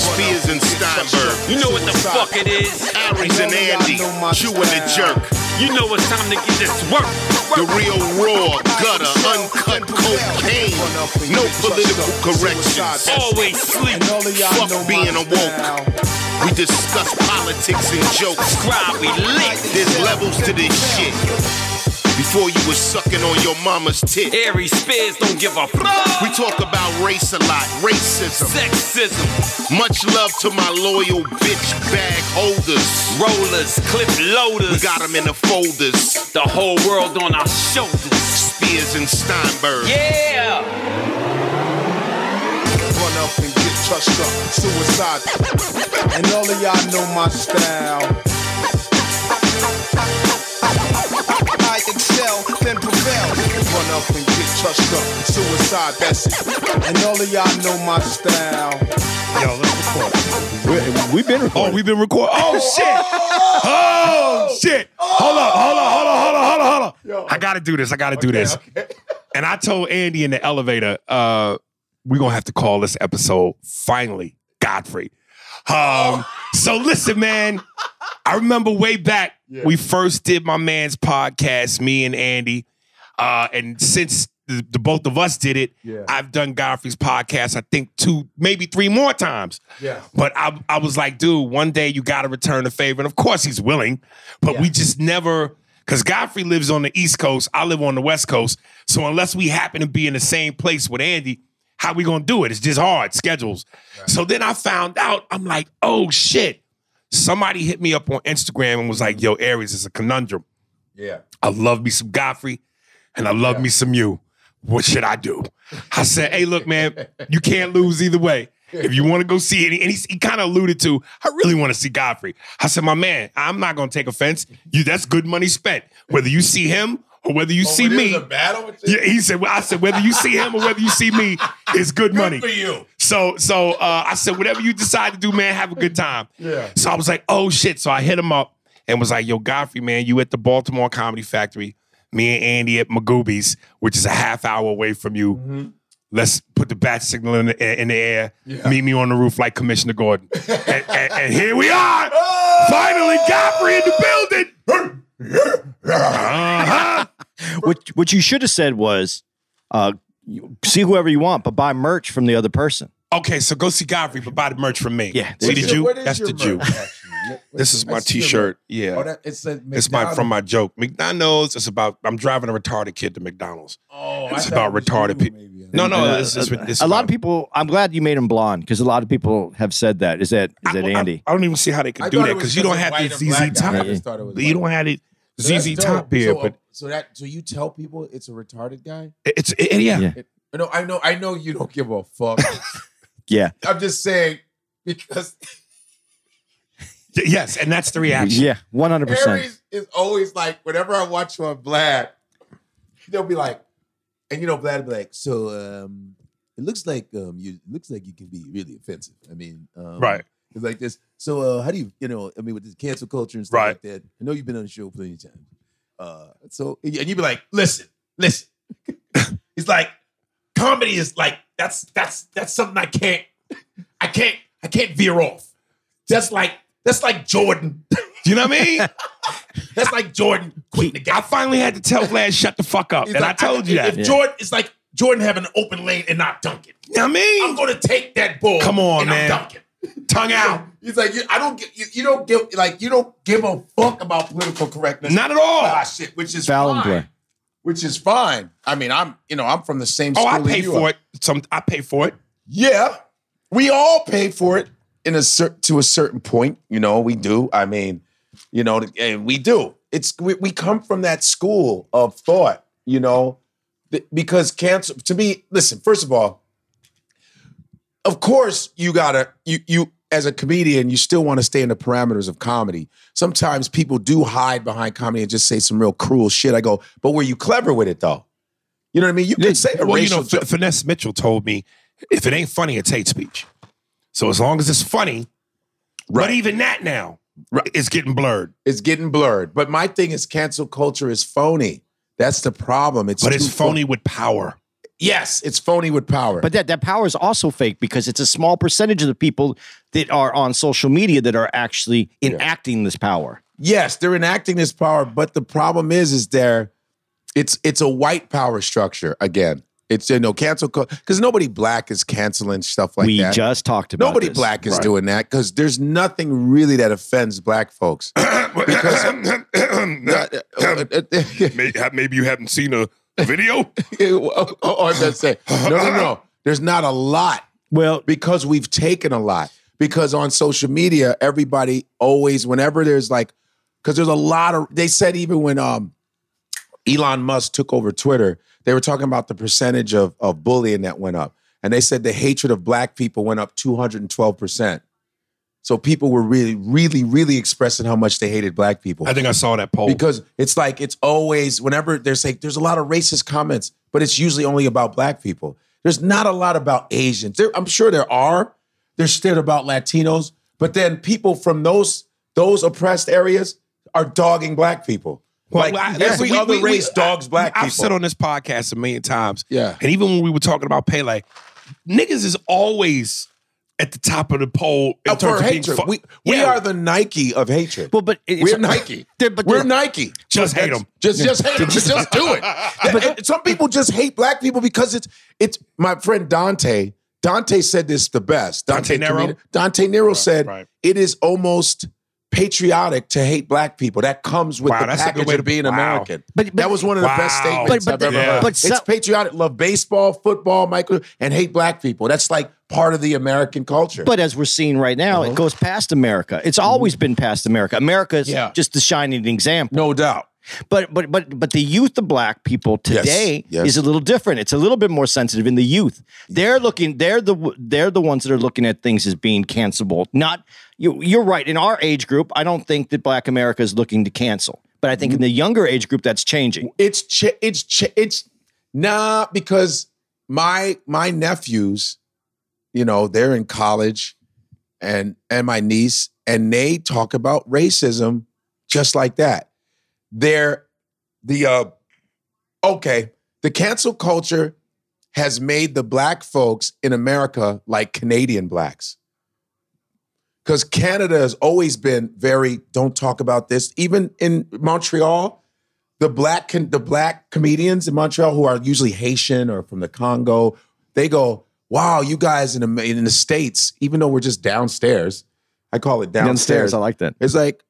Spears and Steinberg. You know what the fuck it is. Aries and Andy. Jew and the jerk. You know it's time to get this work. The real raw, gutter, uncut cocaine. No political corrections. Always sleep. Fuck being awoke. We discuss politics and jokes. Cry, we lit. There's levels to this shit. Before you was sucking on your mama's tit. Aries Spears don't give a fuck. We talk about race a lot, racism. Sexism, Much love to my loyal bitch bag holders. rollers, clip loaders. We got 'em in the folders. the whole world on our shoulders. Spears and Steinberg. Yeah. Run up and get touched up, suicide. And all of y'all know my style. I excel, then prevail. Run up and get touched up, suicide. That's it. And all of y'all know my style. Yo, let's record. We, we've been Oh, recording. we've been recording. Oh shit! Oh shit! Hold up! Hold up! Hold up! Hold up! Hold up! Hold up! I gotta do this. I gotta do this. And I told Andy in the elevator, uh, we're gonna have to call this episode finally Godfrey. Um, so listen, man. I remember way back we first did my man's podcast, me and Andy, uh, and since the, the both of us did it, Yeah. I've done Godfrey's podcast. I think two, maybe three more times. Yeah. But I, I was like, dude, one day you got to return the favor, and of course he's willing, but we just never. Because Godfrey lives on the East Coast, I live on the West Coast. So unless we happen to be in the same place with Andy, how we gonna do it? It's just hard schedules. So then I found out. I'm like, oh shit! Somebody hit me up on Instagram and was like, yo, Aries, it's a conundrum. yeah. I love me some Godfrey and I love me some you. What should I do? I said, hey, look, man, you can't lose either way. If you want to go see it, and he, he kind of alluded to, I really want to see Godfrey. I said, my man, I'm not going to take offense. You, that's good money spent. Whether you see him or whether you see me, battle. yeah, he said. Well, I said whether you see him or whether you see me is good money for you. So, so uh, I said whatever you decide to do, man, have a good time. Yeah. So I was like, oh shit. So I hit him up and was like, yo, Godfrey, man, you at the Baltimore Comedy Factory? Me and Andy at Magoobies, which is a half hour away from you. Mm-hmm. Let's put the bat signal in the, in the air. Yeah. Meet me on the roof like Commissioner Gordon. and, and- and here we are. Oh! Finally, Godfrey in the building. Uh-huh. What what you should have said was, uh, you- see whoever you want, but buy merch from the other person. Okay, so go see Godfrey, but buy the merch from me. Yeah. See the What's Jew? That's the Jew. This is my t-shirt. Yeah. Oh, that, it said It's my from McDonald's. my joke. McDonald's. It's about I'm driving a retarded kid to McDonald's. Oh, I It's thought about it was retarded you, people. maybe. No, no. And, uh, it's, it's, a, it's a lot about- of people. I'm glad you made him blonde because a lot of people have said that. Is that is that I, Andy? I, I don't even see how they I could do thought that it was because you because don't of have the white and ZZ black guy. I Top. just thought it was You white. don't have the So that's ZZ dope. Top here, so, uh, but so that so you tell people it's a retarded guy. it's it, yeah. Yeah. No, I know, I know you don't give a fuck. yeah. I'm just saying because Y- Yes, and that's the reaction. Yeah. One hundred percent. Aries is always like whenever I watch you on Vlad, they'll be like, and you know Vlad will be like, so um, it looks like um, you it looks like you can be really offensive. I mean, um, Right. It's like this. So uh, how do you you know I mean with this cancel culture and stuff Right. like that? I know you've been on the show plenty of times. Uh, so and you'd be like, listen, listen. it's like comedy is like that's that's that's something I can't I can't I can't veer off. That's like that's like Jordan. You know what I mean? That's like Jordan quitting the game. I finally had to tell Vlad shut the fuck up, It's and like, I told you that. If Jordan is like Jordan having an open lane and not dunking, You know what I I'm mean? going to take that ball. Come on, and man. I'm dunking. Tongue out. He's like, you, I don't give you, you don't give like you don't give a fuck about political correctness. Not at all. Ah, shit, which is Foul and fine. play. Which is fine. I mean, I'm you know I'm from the same. Oh, school I that pay you for are. it. Some I pay for it. Yeah, we all pay for it in a cer- to a certain point. You know, we do. I mean, you know, and we do. It's we, we come from that school of thought. You know, Th- because cancel to me. Listen, first of all, of course you gotta you you as a comedian you still want to stay in the parameters of comedy. Sometimes people do hide behind comedy and just say some real cruel shit. I go, but were you clever with it though? You know what I mean? You could say a well, you racial know, F- joke. Finesse Mitchell told me if it ain't funny, it's hate speech. So as long as it's funny, but even that now is getting blurred. It's getting blurred. But my thing is cancel culture is phony. That's the problem. It's But it's too phon- phony with power. Yes, it's phony with power. But that that power is also fake because it's a small percentage of the people that are on social media that are actually enacting this power. yes, they're enacting this power, but the problem is, is there, it's it's a white power structure again. It's you know cancel because nobody black is canceling stuff like we that. just talked about nobody this. black is doing that because there's nothing really that offends black folks. Not- uh, uh, May- ha- maybe you haven't seen a video. or or that's it. No, no, no. There's not a lot Well, because we've taken a lot. Because on social media, everybody always, whenever there's like, because there's a lot of, they said even when um, Elon Musk took over Twitter, they were talking about the percentage of, of bullying that went up. And they said the hatred of black people went up 212%. So people were really, really, really expressing how much they hated black people I think I saw that poll. because it's like it's always whenever there's like there's a lot of racist comments, but it's usually only about black people. There's not a lot about Asians. There, I'm sure there are. There's still about Latinos, but then people from those those oppressed areas are dogging black people. like I- every we- other we- we- race dogs I- black I've people. said on this podcast a million times. Yeah. And even when we were talking about Pele, niggas is always at the top of the poll in Uh, terms for of being hatred, fu- we, we Yeah. are the Nike of hatred. well, but it's- we're Nike. There- but we're there- Nike. Just hate 'em. Just just hate 'em. Just, just do it. And some people just hate black people because it's it's my friend Dante. Dante said this the best. Dante, Dante Nero? Comedi- Dante Nero said right. it is almost patriotic to hate black people. That comes with Wow, the that's a good package way to- of being wow. American. But- but- that was one of the best Wow. statements But- but I've the- ever heard. but some- it's patriotic. Love baseball, football, Michael, and hate black people. That's like part of the American culture. But as we're seeing right now, Uh-huh. it goes past America. It's always been past America. America's Mm-hmm. Yeah. just the shining example. no doubt. But but but but the youth of black people today yes. is a little different. It's a little bit more sensitive in the youth. They're looking. They're the w- they're the ones that are looking at things as being cancelable. Not you. You're right. In our age group, I don't think that Black America is looking to cancel. But I Mm-hmm. think in the younger age group, that's changing. It's ch- it's ch- it's nah because my my nephews, you know, they're in college, and and my niece, and they talk about racism just like that. They're the uh okay. The cancel culture has made the black folks in America like Canadian blacks. Because Canada has always been very don't talk about this. Even in Montreal, the black con- the black comedians in Montreal who are usually Haitian or from the Congo, they go, "Wow, you guys in the, in the states, even though we're just downstairs, I call it downstairs. I like that. It's like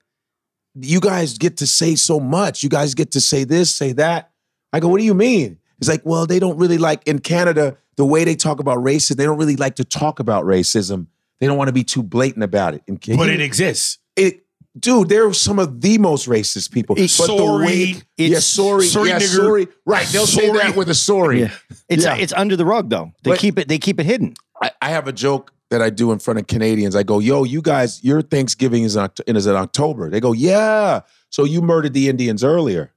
you guys get to say so much. You guys get to say this, say that. I go, what do you mean? It's like, well, they don't really like in Canada the way they talk about racism. They don't really like to talk about racism. They don't want to be too blatant about it. And can but you- it exists. it- dude, they're some of the most racist people. It's but sorry. the way, yeah, It's- sorry, sorry, yeah, nigger. sorry. Right, they'll say Sorry. that with a sorry. It's Yeah. it's under the rug though. They But- keep it. They keep it hidden. I, I have a joke that I do in front of Canadians. I go, "Yo, you guys, your Thanksgiving is in, Oct- is in October." They go, "Yeah, so you murdered the Indians earlier."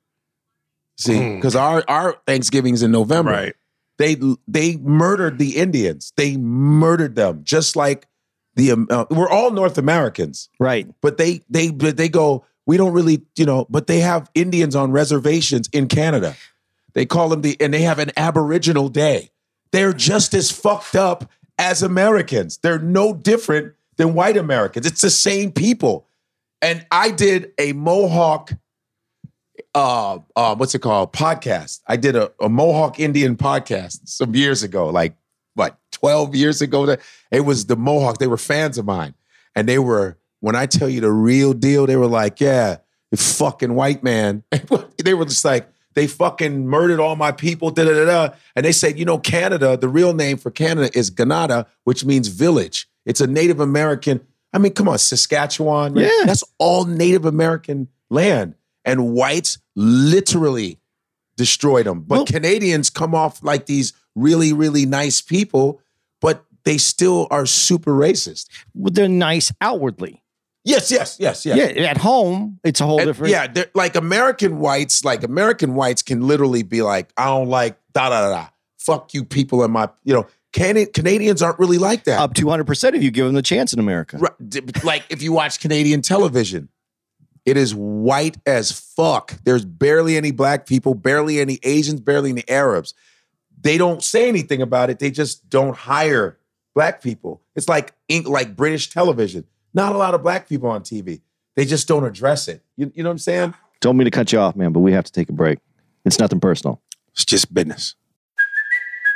See, Mm. because our our Thanksgiving's in November. Right. They they murdered the Indians. They murdered them, just like the um, uh, we're all North Americans, Right. but they they but they go. We don't really, you know, but they have Indians on reservations in Canada. They call them the, and they have an Aboriginal day. They're just as fucked up as Americans. They're no different than white Americans. It's the same people. And I did a Mohawk, uh, uh, what's it called? Podcast. I did a, a Mohawk Indian podcast some years ago, like what, 12 years ago? It was the Mohawk. They were fans of mine. And they were, when I tell you the real deal, they were like, yeah, the fucking white man. they were just like, they fucking murdered all my people, da da da da. And they said, you know, Canada, the real name for Canada is Ganada, which means village. It's a Native American. I mean, come on, Saskatchewan. man, Yeah. That's all Native American land. And whites literally destroyed them. But Well- Canadians come off like these really, really nice people, but they still are super racist. Well, they're nice outwardly. Yes, yes, yes, yes. Yeah. at home it's a whole And, different. yeah, they're- like American whites, like American whites can literally be like, I don't like da da da da. Fuck you, people in my, you know, Can- Canadians aren't really like that. up two hundred percent if you give them the chance in America. Right, d- like if you watch Canadian television, it is white as fuck. There's barely any black people, barely any Asians, barely any Arabs. They don't say anything about it. They just don't hire black people. It's like Eng- like British television. Not a lot of black people on TV. They just don't address it. You, you know what I'm saying? Don't mean to cut you off, man, but we have to take a break. It's nothing personal. It's just business.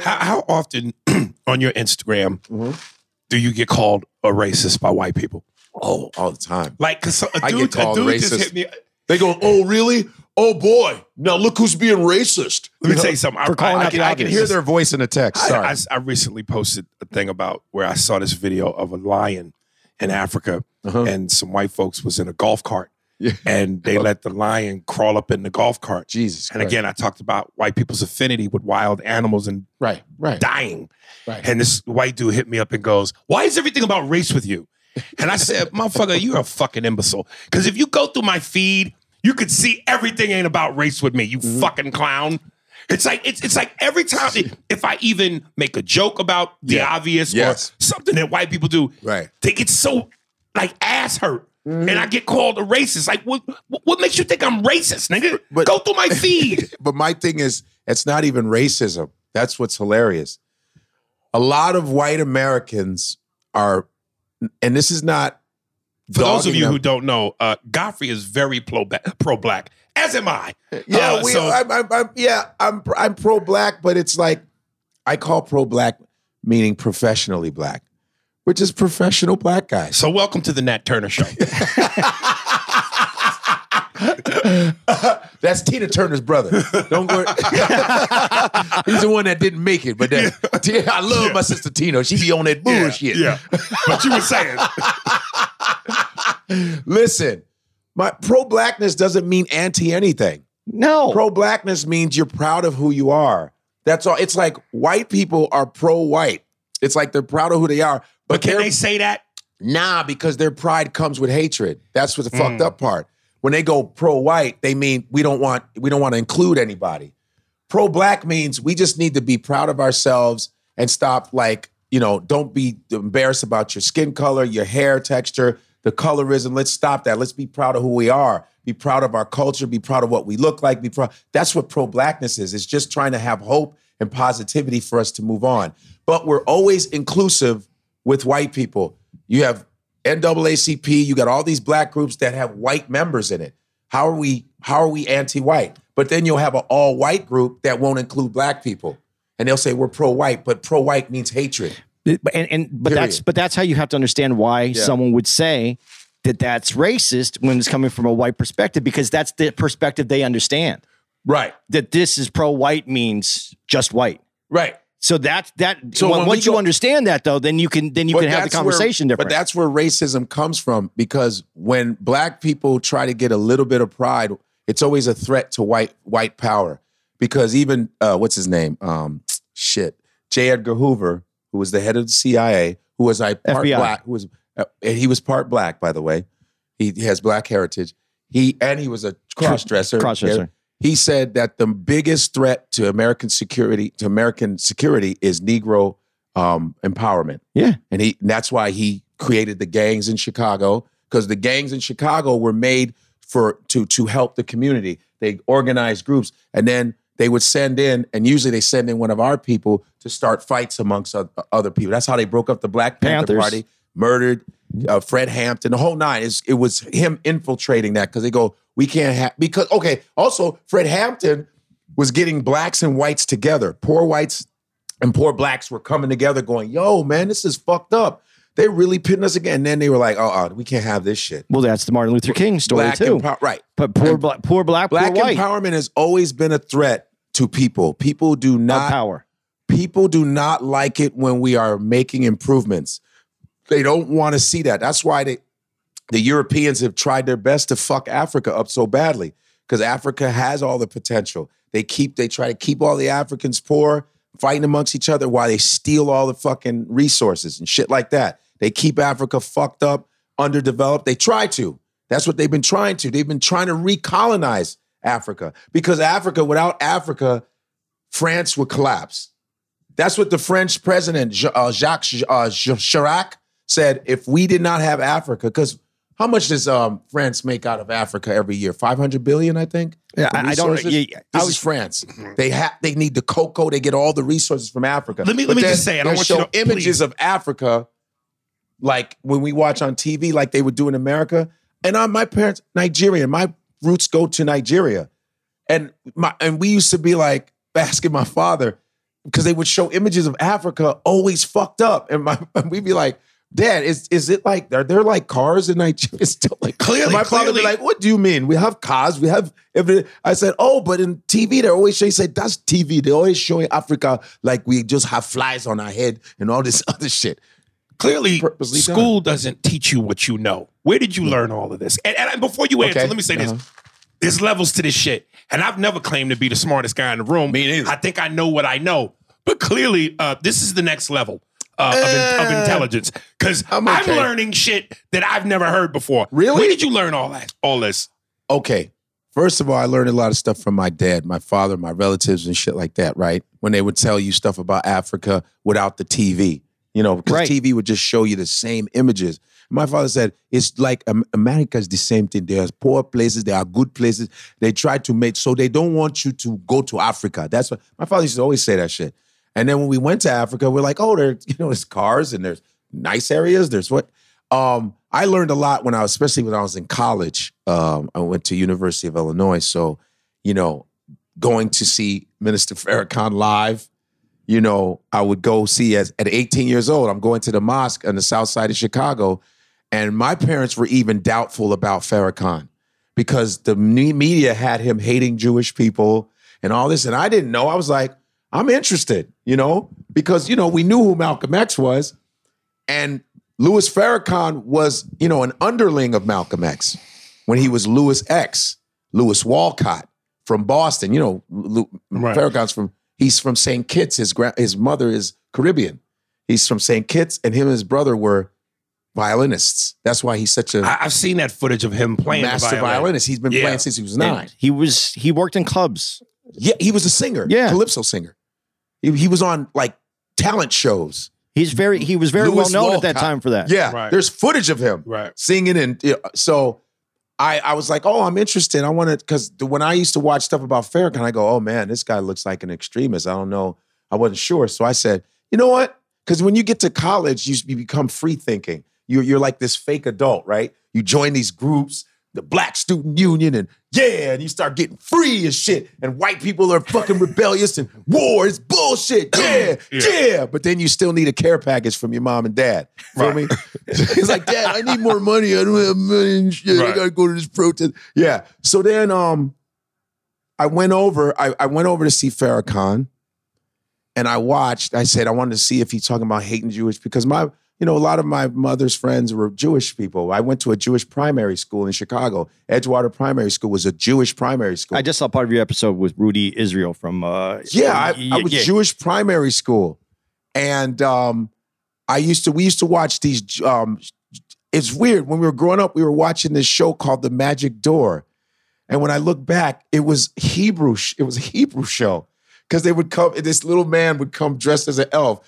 How, how often on your Instagram do you get called a racist by white people? Oh, all the time. Like, cause so- a I get dude, a called dude just racist. hit me. They go, oh really? Oh boy! Now look who's being racist. Let me tell you something. I, For calling I, I out can, the I can obvious. hear their. voice in a text. I, I, I recently posted a thing about where I saw this video of a lion in Africa, and some white folks was in a golf cart, and they let the lion crawl up in the golf cart. Jesus. And again, I talked about white people's affinity with wild animals and right, right, dying. right. And this white dude hit me up and goes, Why is everything about race with you? And I said, Motherfucker, you're a fucking imbecile. Because if you go through my feed, you could see everything ain't about race with me, you Mm-hmm. fucking clown. It's like it's, it's like every time if I even make a joke about the Yeah. obvious Yes. or something that white people do, Right. Mm-hmm. they get so like ass hurt. And I get called a racist. Like, what? What makes you think I'm racist, nigga? But- Go through my feed. but my thing is, it's not even racism. That's what's hilarious. A lot of white Americans are, and this is not. For those of dogging you them. who don't know, uh, Godfrey is very pro pro black, as am I. yeah, Uh, we, so- I'm, I'm, I'm, yeah, I'm, I'm pro black, but it's like I call pro black meaning professionally black. We're just professional black guys. So welcome to the Nat Turner Show. That's Tina Turner's brother. Don't go. He's the one that didn't make it, but that, I love my sister Tina. She be on that bullshit. Yeah, but you were saying Listen, my pro blackness doesn't mean anti anything. No. Pro blackness means you're proud of who you are. That's all. It's like white people are pro white. It's like they're proud of who they are. But, can they're- they say that? Nah, because their pride comes with hatred. That's what the fucked Mm. up part. When they go pro white, they mean we don't want we don't want to include anybody. Pro black means we just need to be proud of ourselves and stop like, you know, don't be embarrassed about your skin color, your hair texture, the colorism. Let's stop that. Let's be proud of who we are. Be proud of our culture, be proud of what we look like, be proud. That's what pro blackness is. It's just trying to have hope and positivity for us to move on. But we're always inclusive with white people. You have NAACP, you got all these black groups that have white members in it. How are we how are we anti-white? But then you'll have an all-white group that won't include black people. And they'll say we're pro-white, but pro-white means hatred. and, and but that's Period. but that's how you have to understand why someone would say that that's racist when it's coming from a white perspective because that's the perspective they understand Right. that this is pro white means just white. Right. So that that So on- when we once you go- understand that though, then you can then you can have the that's where- conversation different. But that's where racism comes from because when black people try to get a little bit of pride, it's always a threat to white white power. Because even uh, what's his name? Um, shit, J. Edgar Hoover, who was the head of the CIA, who was like part FBI. black, who was uh, and he was part black, by the way. He has black heritage. He and he was a cross dresser. Crossdresser. He said that the biggest threat to American security to American security is Negro um, empowerment yeah. and he and that's why he created the gangs in Chicago because the gangs in Chicago were made for to to help the community. They organized groups, and then they would send in, and usually they send in one of our people to start fights amongst oth- other people. That's how they broke up the Black Panther Panthers. Party, murdered uh, Fred Hampton, the whole nine. It's, it was him infiltrating that because they go, we can't have because okay. Also, Fred Hampton was getting blacks and whites together. Poor whites and poor blacks were coming together going, yo, man, this is fucked up. They're really pitting us again. And then they were like, oh, we can't have this shit. Well, that's the Martin Luther King story Black too. empower- right. But poor black, poor black, Black poor white empowerment has always been a threat to people. People do Of not power. people do not like it when we are making improvements. They don't want to see that. That's why they, the Europeans have tried their best to fuck Africa up so badly because Africa has all the potential. They keep they try to keep all the Africans poor, fighting amongst each other while they steal all the fucking resources and shit like that. They keep Africa fucked up, underdeveloped. They try to. That's what they've been trying to. They've been trying to recolonize Africa because Africa without Africa, France would collapse. That's what the French president J- uh, Jacques J- uh, J- Chirac said. If we did not have Africa, because how much does um, France make out of Africa every year? Five hundred billion, I think. Yeah, The I- I don't- resources? yeah, yeah. I This was- is France. They have they need the cocoa. They get all the resources from Africa. Let me- let me just say, I don't they want you show to- images please. of Africa, like when we watch on TV, like they would do in America. And on my parents, Nigerian, my roots go to Nigeria and my and we used to be like asking my father because they would show images of Africa always fucked up, and my and we'd be like, Dad, is is it like are there like cars in Nigeria still like Clearly, And my father clearly. be like, What do you mean? We have cars, we have everything. I said, Oh, but in TV they're always showing. He said, That's TV. They're always showing Africa like we just have flies on our head and all this other shit. Clearly, Purposely done. school doesn't teach you what you know. Where did you learn all of this? And, and before you answer, Okay. let me say Uh-huh. this. There's levels to this shit. And I've never claimed to be the smartest guy in the room. Me neither. I think I know what I know. But clearly, uh, this is the next level uh, of, in- of intelligence. Because I'm, I'm okay. learning shit that I've never heard before. Really? Where did you learn all that? All this? okay. First of all, I learned a lot of stuff from my dad, my father, my relatives, and shit like that, right? When they would tell you stuff about Africa without the TV, you know, because Right. TV would just show you the same images. My father said, it's like um, America's the same thing. There's poor places, there are good places. They try to make, so they don't want you to go to Africa. That's what my father used to always say that shit. And then when we went to Africa, we're like, oh, there, you know, there's cars and there's nice areas. There's what? Um, I learned a lot when I was, especially when I was in college. Um, I went to University of Illinois, so you know, going to see Minister Farrakhan live. You know, I would go see as at 18 years old. I'm going to the mosque on the south side of Chicago, and my parents were even doubtful about Farrakhan because the me- media had him hating Jewish people and all this. And I didn't know. I was like, I'm interested, you know, because, you know, we knew who Malcolm X was. And Louis Farrakhan was, you know, an underling of Malcolm X when he was Louis X, Louis Walcott from Boston. You know, Lou, Right. Farrakhan's from, he's from St. Kitts. His, gra- his mother is Caribbean. He's from St. Kitts, and him and his brother were violinists. That's why he's such a I, I've seen that footage of him playing the master violin. violinist. He's been Yeah. playing since he was nine. He was he worked in clubs. yeah, he was a singer, Yeah. calypso singer. He, he was on like talent shows. He's very he was very well Louis known at that Walcott. time for that. Yeah, Right. there's footage of him Right. singing, and yeah, so I I was like, oh, I'm interested. I want to because when I used to watch stuff about Farrakhan, I go, oh man, this guy looks like an extremist. I don't know. I wasn't sure, so I said, you know what? Because when you get to college, you, you become free thinking. You're you're like this fake adult, right? You join these groups. The Black Student Union and yeah, and you start getting free and shit, and white people are fucking rebellious and war is bullshit. Yeah, Yeah. yeah, yeah, but then you still need a care package from your mom and dad. Feel me? It's like, Dad, I need more money. I don't have money and shit. Right. I gotta go to this protest. Yeah. So then um I went over, I, I went over to see Farrakhan and I watched, I said I wanted to see if he's talking about hating Jewish because my, you know, a lot of my mother's friends were Jewish people. I went to a Jewish primary school in Chicago. Edgewater Primary School was a Jewish primary school. I just saw part of your episode with Rudy Israel from uh Yeah, I, y- I was yeah. Jewish primary school, and um, I used to. We used to watch these. Um, it's weird when we were growing up. We were watching this show called The Magic Door, and when I look back, it was Hebrew. sh- It was a Hebrew show because they would come. This little man would come dressed as an elf.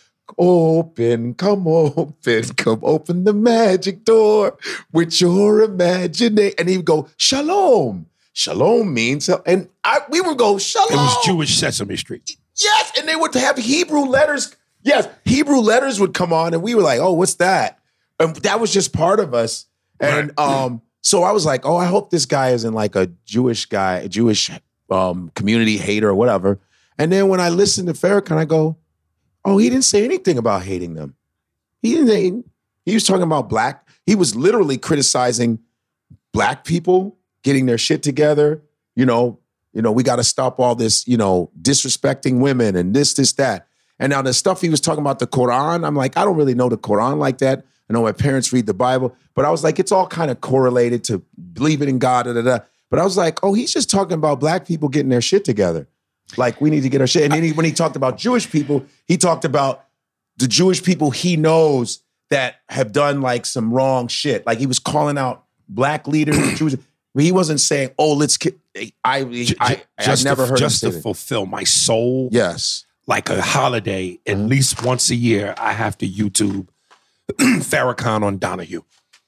Open, come open, come open the magic door with your imagination. And he'd go, Shalom. Shalom means, and I, we would go, Shalom. It was Jewish Sesame Street. Yes, and they would have Hebrew letters. Yes, Hebrew letters would come on, and we were like, "Oh, what's that?" And that was just part of us. And um, so I was like, "Oh, I hope this guy isn't like a Jewish guy, a Jewish um, community hater or whatever. And then when I listen to Farrakhan, I go, oh, he didn't say anything about hating them. He didn't. He was talking about black. He was literally criticizing black people getting their shit together. You know, you know, we got to stop all this. You know, disrespecting women and this, this, that. And now the stuff he was talking about the Quran, I'm like, I don't really know the Quran like that. I know my parents read the Bible, but I was like, it's all kind of correlated to believing in God. Da, da, da. But I was like, oh, he's just talking about black people getting their shit together. Like we need to get our shit. And then he, when he talked about Jewish people, he talked about the Jewish people he knows that have done like some wrong shit. Like he was calling out black leaders, Jews. He wasn't saying, "Oh, let's." Ki-. I I, I, I just never to, heard just him to say that. fulfill my soul Yes, like a holiday at Mm-hmm. least once a year. I have to YouTube Farrakhan on Donahue.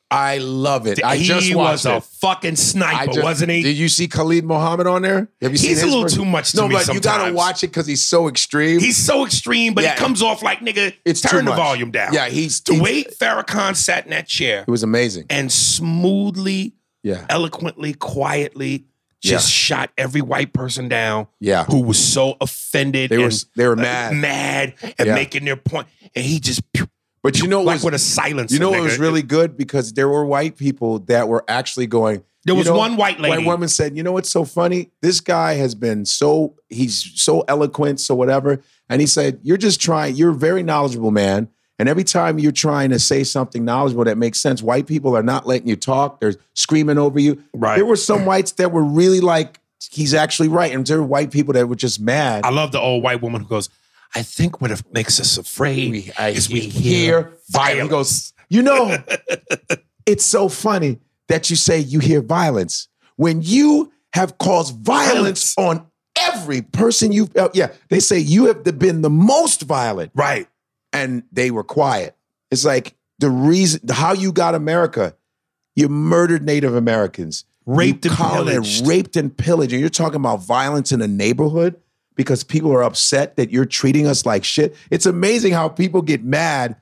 I love it. I he just watched was a it. fucking I sniper, just- wasn't he? Did you see Khalid Muhammad on there? Have you seen He's a his little version? too much to no, me but you gotta sometimes. watch it because he's so extreme. He's so extreme, but Yeah. he comes off like nigga. It's too turn the much. volume down. Yeah, he's- the he's- way Farrakhan sat in that chair it was amazing. and smoothly, Yeah, eloquently, quietly just Yeah. shot every white person down. Yeah. who was so offended. They were- and, they were uh, mad. mad and Yeah. making their point, and he just pew, but you know what like was with a silence. you know what nigga. was really good because there were white people that were actually going. There you was know, one white lady. White woman said, "You know what's so funny? This guy has been so he's so eloquent, so whatever." And he said, "You're just trying. You're a very knowledgeable man." And every time you're trying to say something knowledgeable that makes sense, white people are not letting you talk. They're screaming over you. Right. There were some whites that were really like, he's actually right. And there were white people that were just mad. I love the old white woman who goes, "I think what makes us afraid we, I is we hear, hear violence. He goes, you know, it's so funny that you say you hear violence when you have caused violence, on every person you've. uh, yeah, they say you have been the most violent, right." and they were quiet. It's like the reason how you got America. You murdered Native Americans, Raped you and collared, pillaged. raped and pillaged, and you're talking about violence in a neighborhood because people are upset that you're treating us like shit. It's amazing how people get mad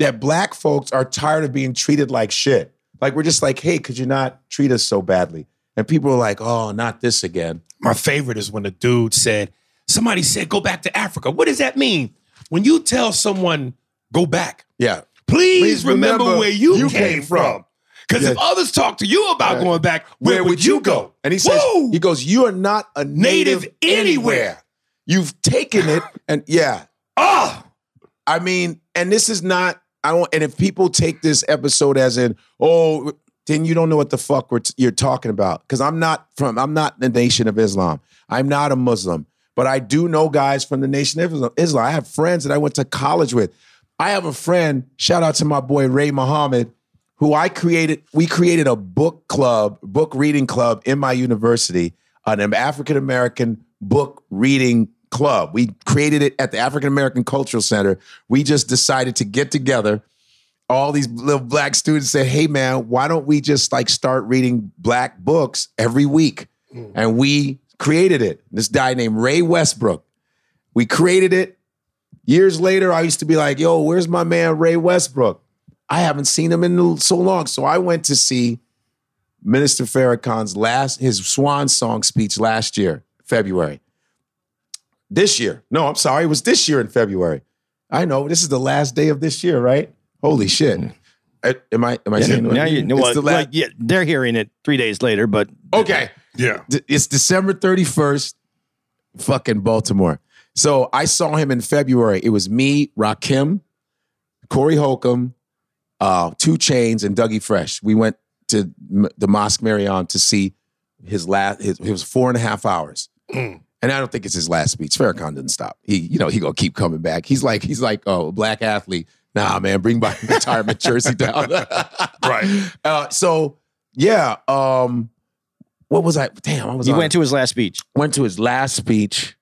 that black folks are tired of being treated like shit. Like we're just like, hey, could you not treat us so badly? And people are like, oh, not this again. My favorite is when the dude said, somebody said, go back to Africa. What does that mean? When you tell someone, go back, Yeah, please, Please remember, remember where you, you came, came from. from. Because if Yeah. others talk to you about Right. going back, where, would, you go? And he says, Whoa! he goes, you are not a native, Native anywhere. You've taken it, and yeah, oh, I mean, and this is not. I don't. And if people take this episode as in, oh, then you don't know what the fuck we're t- you're talking about. Because I'm not from. I'm not the Nation of Islam. I'm not a Muslim, but I do know guys from the Nation of Islam. Islam. I have friends that I went to college with. I have a friend. Shout out to my boy Ray Muhammad, who I created. We created a book club, book reading club in my university, an African American book reading club. We created it at the African American Cultural Center. We just decided to get together. All these little black students said, "Hey man, why don't we just like start reading black books every week?" And we created it. This guy named Ray Westbrook. We created it. Years later, I used to be like, "Yo, where's my man Ray Westbrook?" I haven't seen him in so long. So I went to see Minister Farrakhan's last his swan song speech last year, February. This year. No, I'm sorry, it was this year in February. I know this is the last day of this year, right? Holy shit. I- am I am I saying Mm. now you know it's what? the last well, yeah, they're hearing it three days later, but Okay. yeah. D- It's December 31st, fucking Baltimore. So I saw him in February. It was me, Rakim, Corey Holcomb, uh, Two Chains, and Dougie Fresh. We went to M- the Mosque Marion to see his last. His, it was four and a half hours, and I don't think it's his last speech. Farrakhan didn't stop. He, you know, he gonna keep coming back. He's like, he's like, oh, a black athlete. Nah, man, bring my retirement jersey down. Right. Uh, so yeah, um, what was I? Damn, I was. you on- went to his last speech. went to his last speech,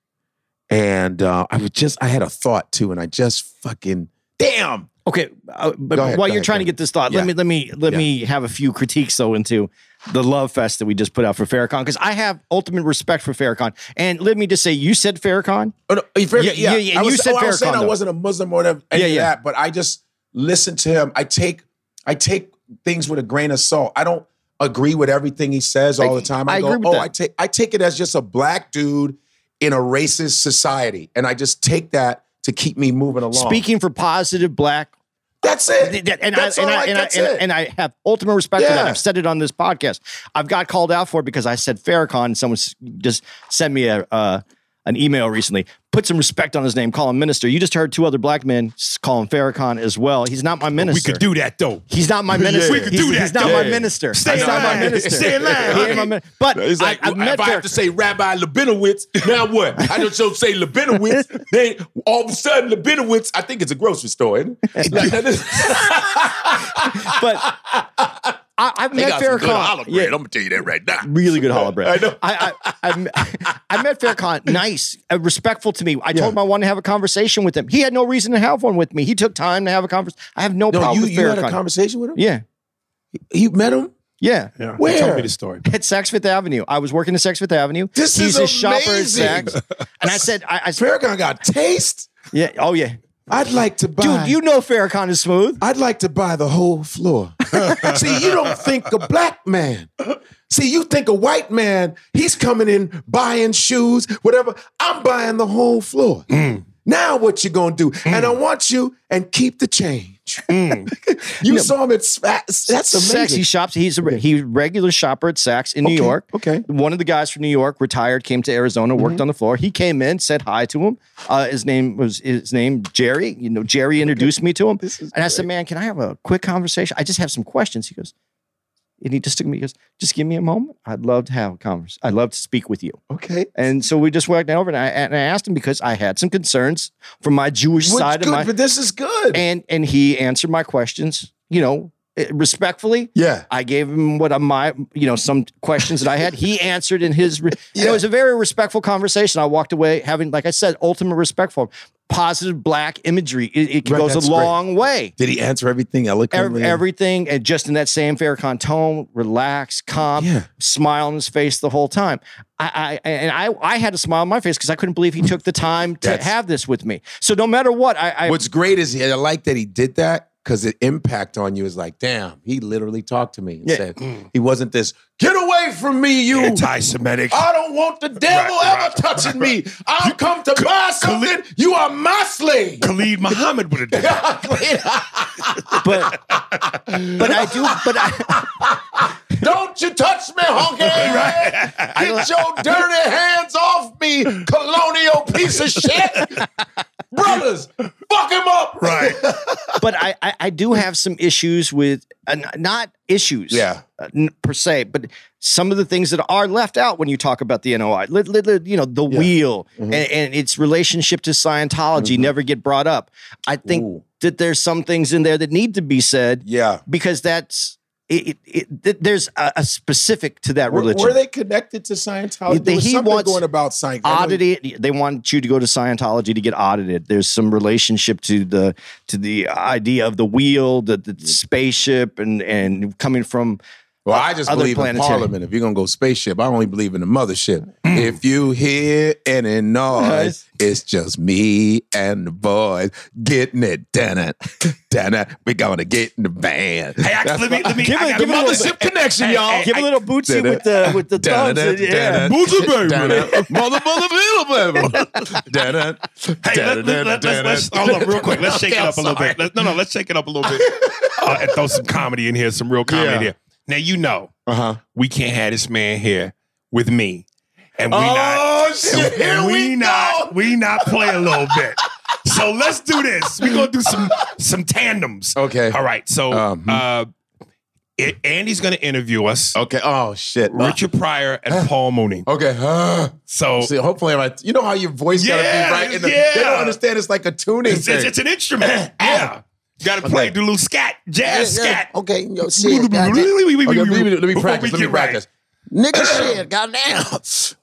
and uh, I was just I had a thought too, and I just fucking damn. Okay, uh, but Go ahead, while go you're ahead, trying to go get this thought, let Yeah. me let me let Yeah. me have a few critiques though into the love fest that we just put out for Farrakhan because I have ultimate respect for Farrakhan. And let me just say, you said Farrakhan. Oh, no, you fair- Yeah, yeah, yeah, I you was, said oh, I was saying Farrakhan, I though. wasn't a Muslim or whatever. Any Yeah, yeah, yeah. That, but I just listen to him. I take I take I take things with a grain of salt. I don't. agree with everything he says all the time. I, I go, agree with oh, that. I take I take it as just a black dude in a racist society, and I just take that to keep me moving along. Speaking for positive black that's it. Th- that- and I that's and all I, I- and, I, that's and, I- it. and I have ultimate respect for that. Yeah. I've said it on this podcast. I've got called out for it because I said Farrakhan. and Someone s- just sent me a uh, an email recently. Put some respect on his name. Call him minister. You just heard two other black men s- call him Farrakhan as well. He's not my We minister. could do that though. He's not my minister. We could he's, do that, He's not though. my Yeah. minister. Stay he's in not my line. minister. Stay in line. He ain't my min- but He's like, I, have met if I have Farrakhan. to say Rabbi Labinowitz, now what? I just don't say Labinowitz. then all of a sudden, Labinowitz, I think it's a grocery store. isn't it? Like, that is- but I, I've they met got some Farrakhan. good olive bread. Yeah. I'm going to tell you that right now. really good hollow bread. I know. I I, I, met- I met Faircon, nice, uh, respectful to me. I told him I wanted to have a conversation with him. He had no reason to have one with me. He took time to have a conversation. I have no, no, problem you with you had a Faircon. conversation with him. yeah, You met him. yeah. Yeah, Where? He told me the story. At Saks Fifth Avenue, I was working at Saks Fifth Avenue. This He's is a shopper at amazing. Saks, and I said, I, I said, Farrakhan got taste. yeah, oh yeah, I'd like to buy. dude, you know Faircon is smooth. I'd like to buy the whole floor. See, you don't think a black man. See, you think a white man, he's coming in buying shoes, whatever. I'm buying the whole floor. Mm. Now what you gonna do? And I want you and keep the change. Mm. you saw him at Spa- that's Saks, he amazing. shops. He's a re- he's a regular shopper at Saks in New Okay, York. okay. Mm-hmm. One of the guys from New York retired, came to Arizona, worked on the floor. He came in, said hi to him. Uh, his name was his name Jerry. You know, Jerry introduced me to him, and I said, "Man, can I have a quick conversation? I just have some questions." He goes, and he just took me. He goes, "Just give me a moment. I'd love to have a conversation. I'd love to speak with you." Okay. And so we just walked over, and I, and I asked him because I had some concerns from my Jewish What's side good, of my, but this is good. and and he answered my questions. You know, eh, respectfully. yeah. I gave him what I- my, you know, some questions that I had. He answered in his. Re- and It was a very respectful conversation. I walked away having, like I said, ultimate respect for him. Positive black imagery. It, it Right, goes a that's great. long way. Did he answer everything Ev- eloquently? everything and just in that same Farrakhan tone, relaxed, calm, Yeah. smile on his face the whole time. I, I and I, I had a smile on my face because I couldn't believe he took the time to That's- have this with me. So no matter what, I, I What's great is I like that he did that because the impact on you is like, damn, he literally talked to me and Yeah. Mm. said he wasn't this get away from me, you. Anti-Semitic. I don't want the devil Right, ever right, touching right, me. I'll come to buy something. you are my slave. Khalid Muhammad would have done. it. but but I do but I don't you touch me, honky. Get your dirty hands off me, colonial piece of shit. Brothers, fuck him up. Right. but I, I I do have some issues with uh, n- not issues Yeah. uh, n- per se but some of the things that are left out when you talk about the NOI Li- li- li- you know the wheel Mm-hmm. and, and its relationship to Scientology never get brought up I think Ooh. that there's some things in there that need to be said Yeah. because that's it, it, it th- there's a, a specific to that religion Were, were they connected to Scientology? He- Oh, There was he something wants going about Scientology. audited they want you to go to scientology to get audited there's some relationship to the to the idea of the wheel the, the spaceship and and coming from Well, I just other believe in planetary. Mm. Parliament. If you're gonna go spaceship, I only believe in the mothership. If you hear any noise, it's just me and the boys getting it done. Done. We gonna get in the van. Hey, I, let me let me. Give I it- got give it a little mothership bit. connection, Hey, y'all. hey, give a little bootsy with the with the thumbs yeah. Boozy baby. Mother, mother, little baby. Dun-dun. Hey, let, let, let, let's, let's hold up real quick. Let's shake it Okay, up a I'm little sorry. bit. Let's, no, no, let's shake it up a little bit uh, and throw some comedy in here, some real comedy in Yeah. here. Now you know Uh-huh. we can't have this man here with me, and we Oh, not, and shit. Here we not, go. we not play a little bit. So let's do this. We're gonna do some some tandems. Okay. All right. So Um, uh, it, Andy's gonna interview us. Okay. Oh shit. Uh, Richard Pryor and Paul Mooney. Okay. Ah. So See, hopefully, I, you know how your voice Yeah, gotta be right. In the, They Oh. yeah. don't understand. It's like a tuning it's, thing. it's, it's an instrument. yeah. Got to play, Okay. do a little scat, Yeah, jazz yeah. scat. Okay, yo, Wait, shit. wait, goddamn. wait, Okay, wait, wait, wait, wait, Let me wait, let me before practice. we Let me get right. practice. Nigga, shit. Goddamn.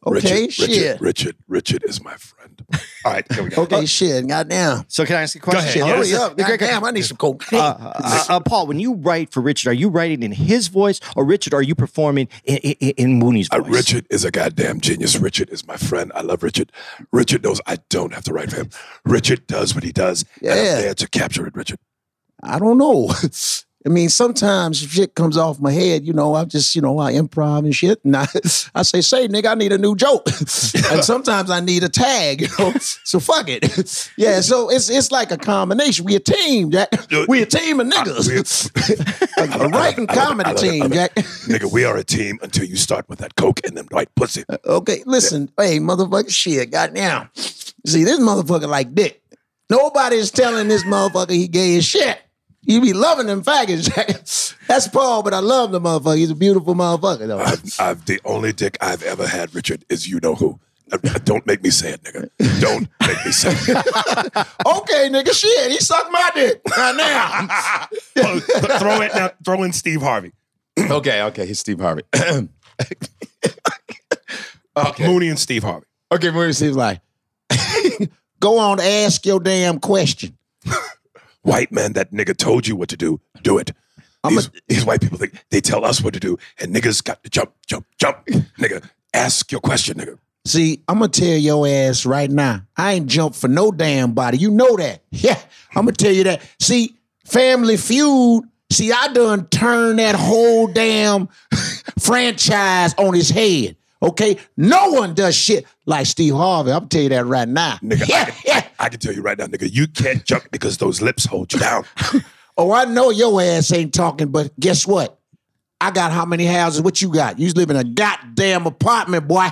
Okay, shit. Richard, Richard is my friend. All right, here we go. Okay, Oh, shit. Goddamn. so can i ask a question Shit, ahead, hurry yes. up. Goddamn, I need some coke. uh, uh, uh, paul when you write for richard are you writing in his voice or richard are you performing in, in, in mooney's voice is a goddamn genius. Richard is my friend. I love Richard. Richard knows I don't have to write for him. Richard does what he does. Yeah. to capture it, Richard. I don't know. I mean, sometimes shit comes off my head. You know, I just, you know, I improv and shit. And I, I say, say, nigga, I need a new joke. and sometimes I need a tag, you know. So fuck it. yeah, so it's it's like a combination. We a team, Jack. Uh, We a team of niggas. a writing comedy team, Jack. Nigga, we are a team until you start with that coke and then white pussy. Okay, listen, hey, motherfucker, shit, goddamn. See, this motherfucker like dick. Nobody's telling this motherfucker he gay as shit. You be loving them faggots. That's Paul, but I love the motherfucker. He's a beautiful motherfucker, though. I've, I've the only dick I've ever had, Richard, is you know who. Uh, Don't make me say it, nigga. Don't make me say it. okay, nigga, shit, he sucked my dick right now. Oh, th- throw it now. Throw in Steve Harvey, Okay, okay. He's Steve Harvey. Uh, Mooney, and Steve Harvey. okay, Maurice. He's like, go on, ask your damn question. White man, that nigga told you what to do. Do it. These, these white people think they tell us what to do, and niggas got to jump, jump, jump. Nigga, ask your question, nigga. See, I'm gonna tell your ass right now. I ain't jumped for no damn body. You know that. Yeah, I'm gonna tell you that. See, Family Feud. See, I done turned that whole damn franchise on his head. Okay, no one does shit like Steve Harvey. I'm gonna tell you that right now. Nigga, I, yeah, can, yeah. I can tell you right now, nigga, you can't jump because those lips hold you down. Oh, I know your ass ain't talking, but guess what? I got how many houses? What you got? You live in a goddamn apartment, boy.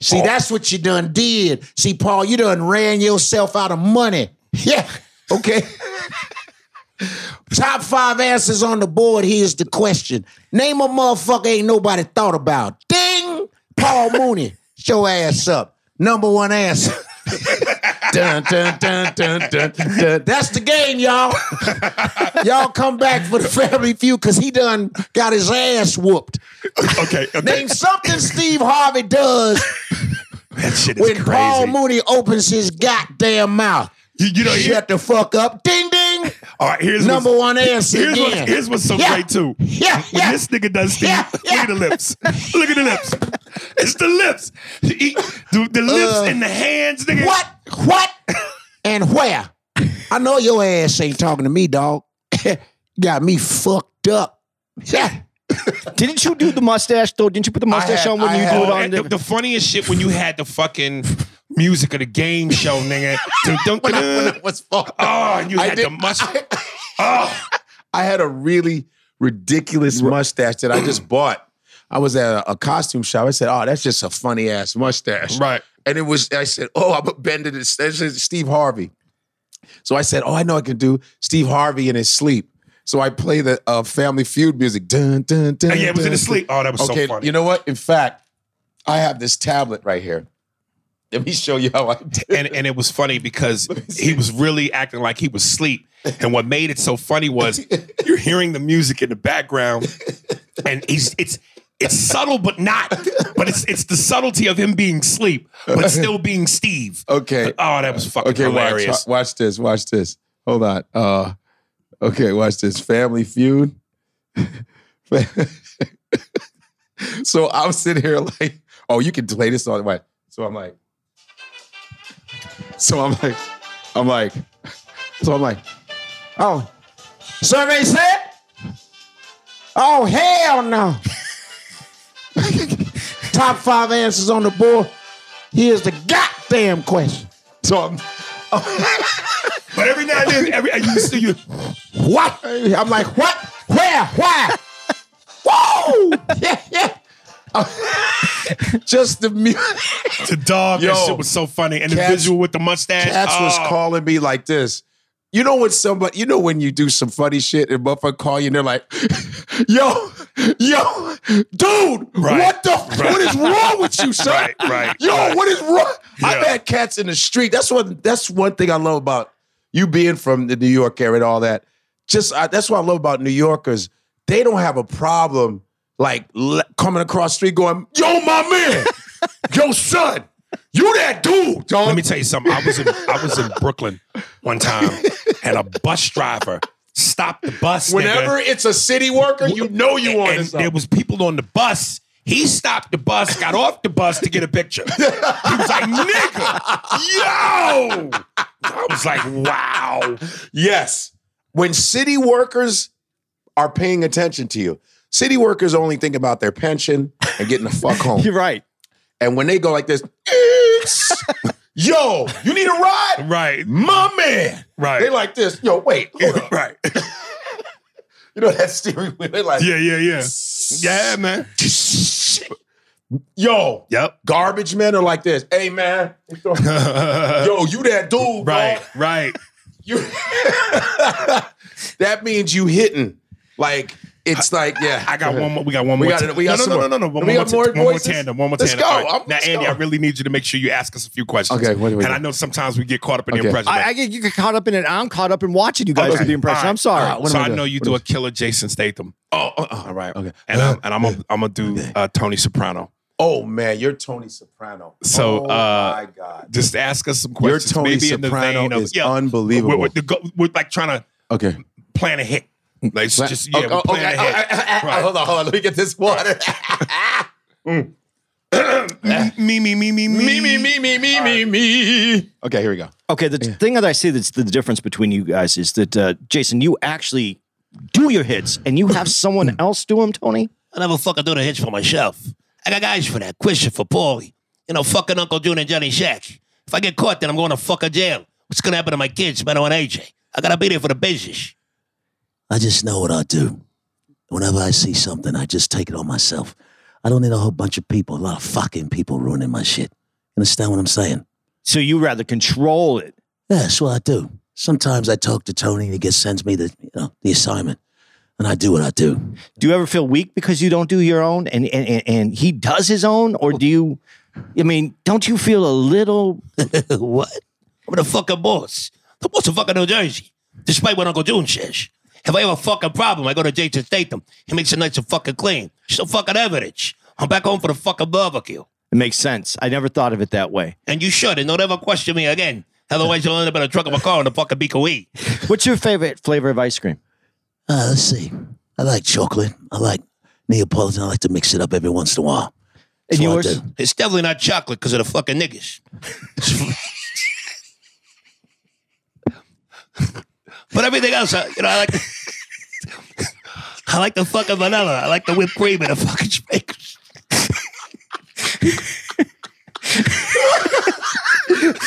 See, that's what you done did. See, Paul, you done ran yourself out of money. Yeah. Okay. Top five answers on the board. Here's the question. Name a motherfucker ain't nobody thought about. Ding! Paul Mooney. Show ass up. Number one answer. dun, dun, dun, dun, dun, dun. That's the game, y'all. y'all come back for the family feud because he done got his ass whooped. okay, okay. Name something Steve Harvey does That shit is when crazy. Paul Mooney opens his goddamn mouth. you, you know, Shut the fuck up. Ding, ding. All right, here's Number what's- one answer Here's, again. What, here's what's so Yeah. great too. Yeah, When yeah. this nigga does Steve, Yeah, yeah. look at the lips. Look at the lips. It's the lips. He- the, the lips Uh, and the hands, nigga. What? What? And where? I know your ass ain't talking to me, dog. Got me fucked up. Yeah. Didn't you do the mustache though? Didn't you put the mustache had- on when I you had- do it Oh, on and the, the? the funniest shit when you had the fucking music of the game show, nigga. Dun, dun, When I, dun. when I was falling. oh, and you I had the did- mustache. I had a really ridiculous mustache that I just bought. I was at a, a costume shop. I said, "Oh, that's just a funny ass mustache." Right. And it was. I said, "Oh, I'm gonna bend it." This is Steve Harvey. So I said, "Oh, I know I can do Steve Harvey in his sleep." So I play the uh, Family Feud music. Dun dun dun. yeah, it was in dun, the sleep. Oh, that was Okay, so funny. you know what? In fact, I have this tablet right here. Let me show you how I did. it. and and it was funny because he was really acting like he was asleep. And what made it so funny was you're hearing the music in the background, and he's it's it's subtle but not, but it's it's the subtlety of him being asleep but still being Steve. Okay. Oh, that was fucking Okay, watch, hilarious. watch this. Watch this. Hold on. Uh, okay, watch this. Family Feud. so I was sitting here like, oh, you can play this on way. So I'm like, so I'm like, I'm like, so I'm like, Oh. Survey said? Oh, hell no. Top five answers on the board. Here's the goddamn question. so I'm, But every now and then, every you see you. What? I'm like, what? Where? Why? Whoa! Yeah, yeah. just the music. The dog, that Yo. shit was so funny, and the Cats- visual with the mustache. Cats was uh, oh. calling me like this. You know when somebody, you know when you do some funny shit and motherfucker call you and they're like, "Yo, yo, dude, Right. what the? What is wrong with you, son? Right, right, yo, right. what is wrong? I've Yeah. had cats in the street. That's what. That's one thing I love about you being from the New York area and all that. Just I, that's what I love about New Yorkers. They don't have a problem like le- coming across the street going, "Yo, my man, yo, son, you that dude, dog." Let me tell you something. I was in I was in Brooklyn one time, and a bus driver stopped the bus. nigga. Whenever it's a city worker, you know you on and this. there was people on the bus. He stopped the bus, got off the bus to get a picture. He was like, "Nigga, yo!" I was like, "Wow." Yes. When city workers are paying attention to you. City workers only think about their pension and getting the fuck home. You're right. And when they go like this, yo, you need a ride? Right. My man. Right. They like this. Yo, wait. Hold up. Right. You know that steering wheel? They like, Yeah, yeah, yeah. Yeah, man. yo, Yep. garbage men are like this. Hey, man. Yo, you that dude, Right, Bro. right. You- that means you hitting. Like, it's like, yeah. I got one more. We got one We more. got it. ta- We got no, some no, more. no, no, no, We One, got more, ta- more one more voices? tandem. One more Let's tandem. go. All I'm- now, let's Andy, go. I really need you to make sure you ask us a few questions. Okay, what do we And do? I know sometimes we get caught up in the Okay. impression. I, that- I get you get caught up in it. I'm caught up in watching you guys Okay. with the impression. All right. I'm sorry. All right. What so am I I doing? uh-uh. know you What do am a killer Jason Statham. Oh, uh, uh, all right, okay. And I'm and I'm gonna I'm gonna do uh, Tony Soprano. Oh, man. You're Tony Soprano. So, oh, uh, my God. Just ask us some Your questions. Tony maybe Soprano in the vein of is yeah, unbelievable. We're, we're, the go- we're like trying to Okay. plan a hit. Like Pla- just yeah, okay, we're okay, planning ahead. uh, uh, uh, Right. Hold on, hold on. Let me get this water. me me me me me, me, me, me, me, me, me. Okay, here we go. Okay, the thing that I see that's the difference between you guys is that uh, Jason, you actually do your hits and you have someone else do them, Tony. I never fucking do the hits for myself. I got guys for that. Christian for Paulie. You know, fucking Uncle June and Johnny Shack. If I get caught, then I'm going to fucking jail. What's gonna happen to my kids, Meadow and AJ? I gotta be there for the business. I just know what I do. Whenever I see something, I just take it on myself. I don't need a whole bunch of people, a lot of fucking people ruining my shit. You understand what I'm saying? So you rather control it. Yeah, that's what I do. Sometimes I talk to Tony and he gets sends me the you know the assignment, and I do what I do. Do you ever feel weak because you don't do your own and and, and, and he does his own, or do you? I mean, don't you feel a little? what? I'm the fucking boss. The boss of fucking New Jersey. Despite what Uncle June says. If I have a fucking problem, I go to Jason Statham. He makes it nice and fucking clean. Still fucking evidence. I'm back home for the fucking barbecue. It makes sense. I never thought of it that way. And you should, and don't ever question me again. Otherwise, you'll end up in a trunk of a car in the fucking BKE. What's your favorite flavor of ice cream? Uh, let's see. I like chocolate. I like Neapolitan. I like to mix it up every once in a while. And That's what I yours? do. It's definitely not chocolate because of the fucking niggas. but everything else, I, you know, I like. I like the fucking vanilla. I like the whipped cream and the fucking Jamaicans.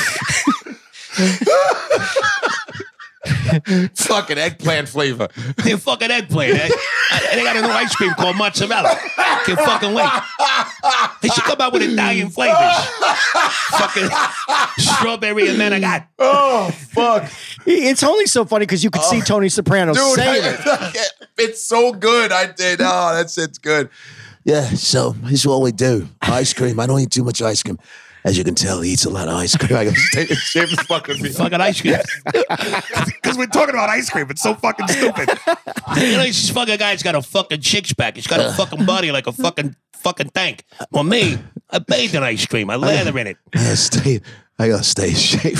Fucking eggplant flavor. They're fucking eggplant. eh? And they got a new ice cream called mozzarella. Can fucking wait. They should come out with Italian flavors. fucking strawberry and manigot. Oh, fuck. It's only so funny because you could Oh. see Tony Soprano Dude, saying it. it's so good. I did. Oh, that shit's good. Yeah, so here's what we do. Ice cream. I don't eat too much ice cream. As you can tell, he eats a lot of ice cream. I go, Take a shit and fuck with me. Fucking ice cream. Because we're talking about ice cream. It's so fucking stupid. You know, this fucking guy's got a fucking six pack. He's got a fucking body like a fucking fucking tank. Well, me, I bathe in ice cream. I lather in it. I gotta stay. I gotta stay in shape.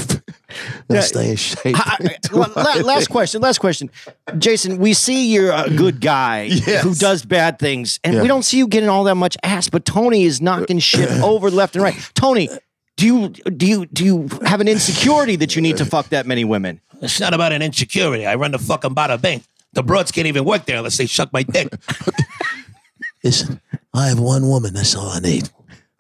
I gotta stay in shape. I- I- well, la- last question. Last question, Jason. We see you're a good guy who does bad things, and we don't see you getting all that much ass. But Tony is knocking shit over left and right. Tony, do you do you do you have an insecurity that you need to fuck that many women? It's not about an insecurity. I run the fucking Bada Bank. The broads can't even work there unless they suck my dick. Listen, I have one woman. That's all I need.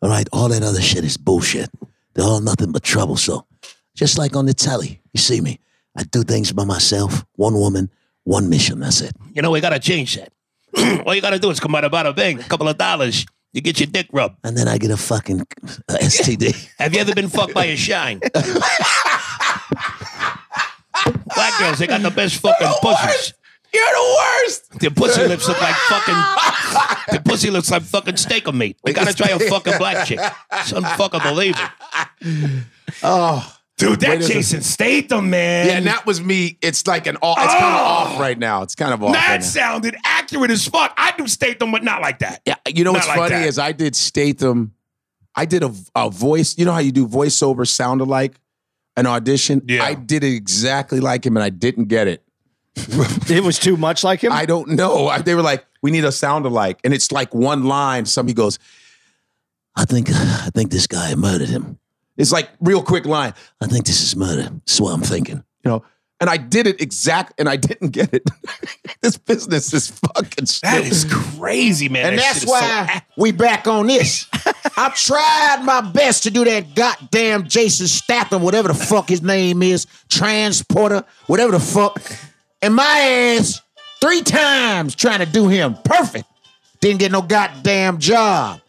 All right. All that other shit is bullshit. They're all nothing but trouble. So, just like on the telly, you see me. I do things by myself. One woman, one mission. That's it. You know, we gotta change that. All you gotta do is come out of Bada Bank, a couple of dollars. You get your dick rubbed. And then I get a fucking uh, STD. Have you ever been fucked by a shine? Black girls, they got the best fucking pussies. You're the worst. Their pussy lips look like fucking. Their pussy looks like fucking steak of meat. We gotta try a fucking black chick. It's unfucking Dude, that Wait a Jason Statham, man. Yeah, and that was me. It's like an off. It's kind of Oh! off right now. It's kind of off. That right now. sounded accurate as fuck. I do Statham, but not like that. Yeah, you know Not what's like funny that. is I did Statham. I did a, a voice. You know how you do voiceover sound alike, an audition. Yeah. I did it exactly like him, and I didn't get it. It was too much like him. I don't know. I, they were like, "We need a sound alike," and it's like one line. Somebody goes, I think. I think this guy murdered him. "It's like real quick line." I think this is murder. That's what I'm thinking. You know, And I did it exact, and I didn't get it. this business is fucking. That is crazy, man. and that's why we back on this. I tried my best to do that goddamn Jason Statham, whatever the fuck his name is, transporter, whatever the fuck. And my ass three times trying to do him perfect. Didn't get no goddamn job.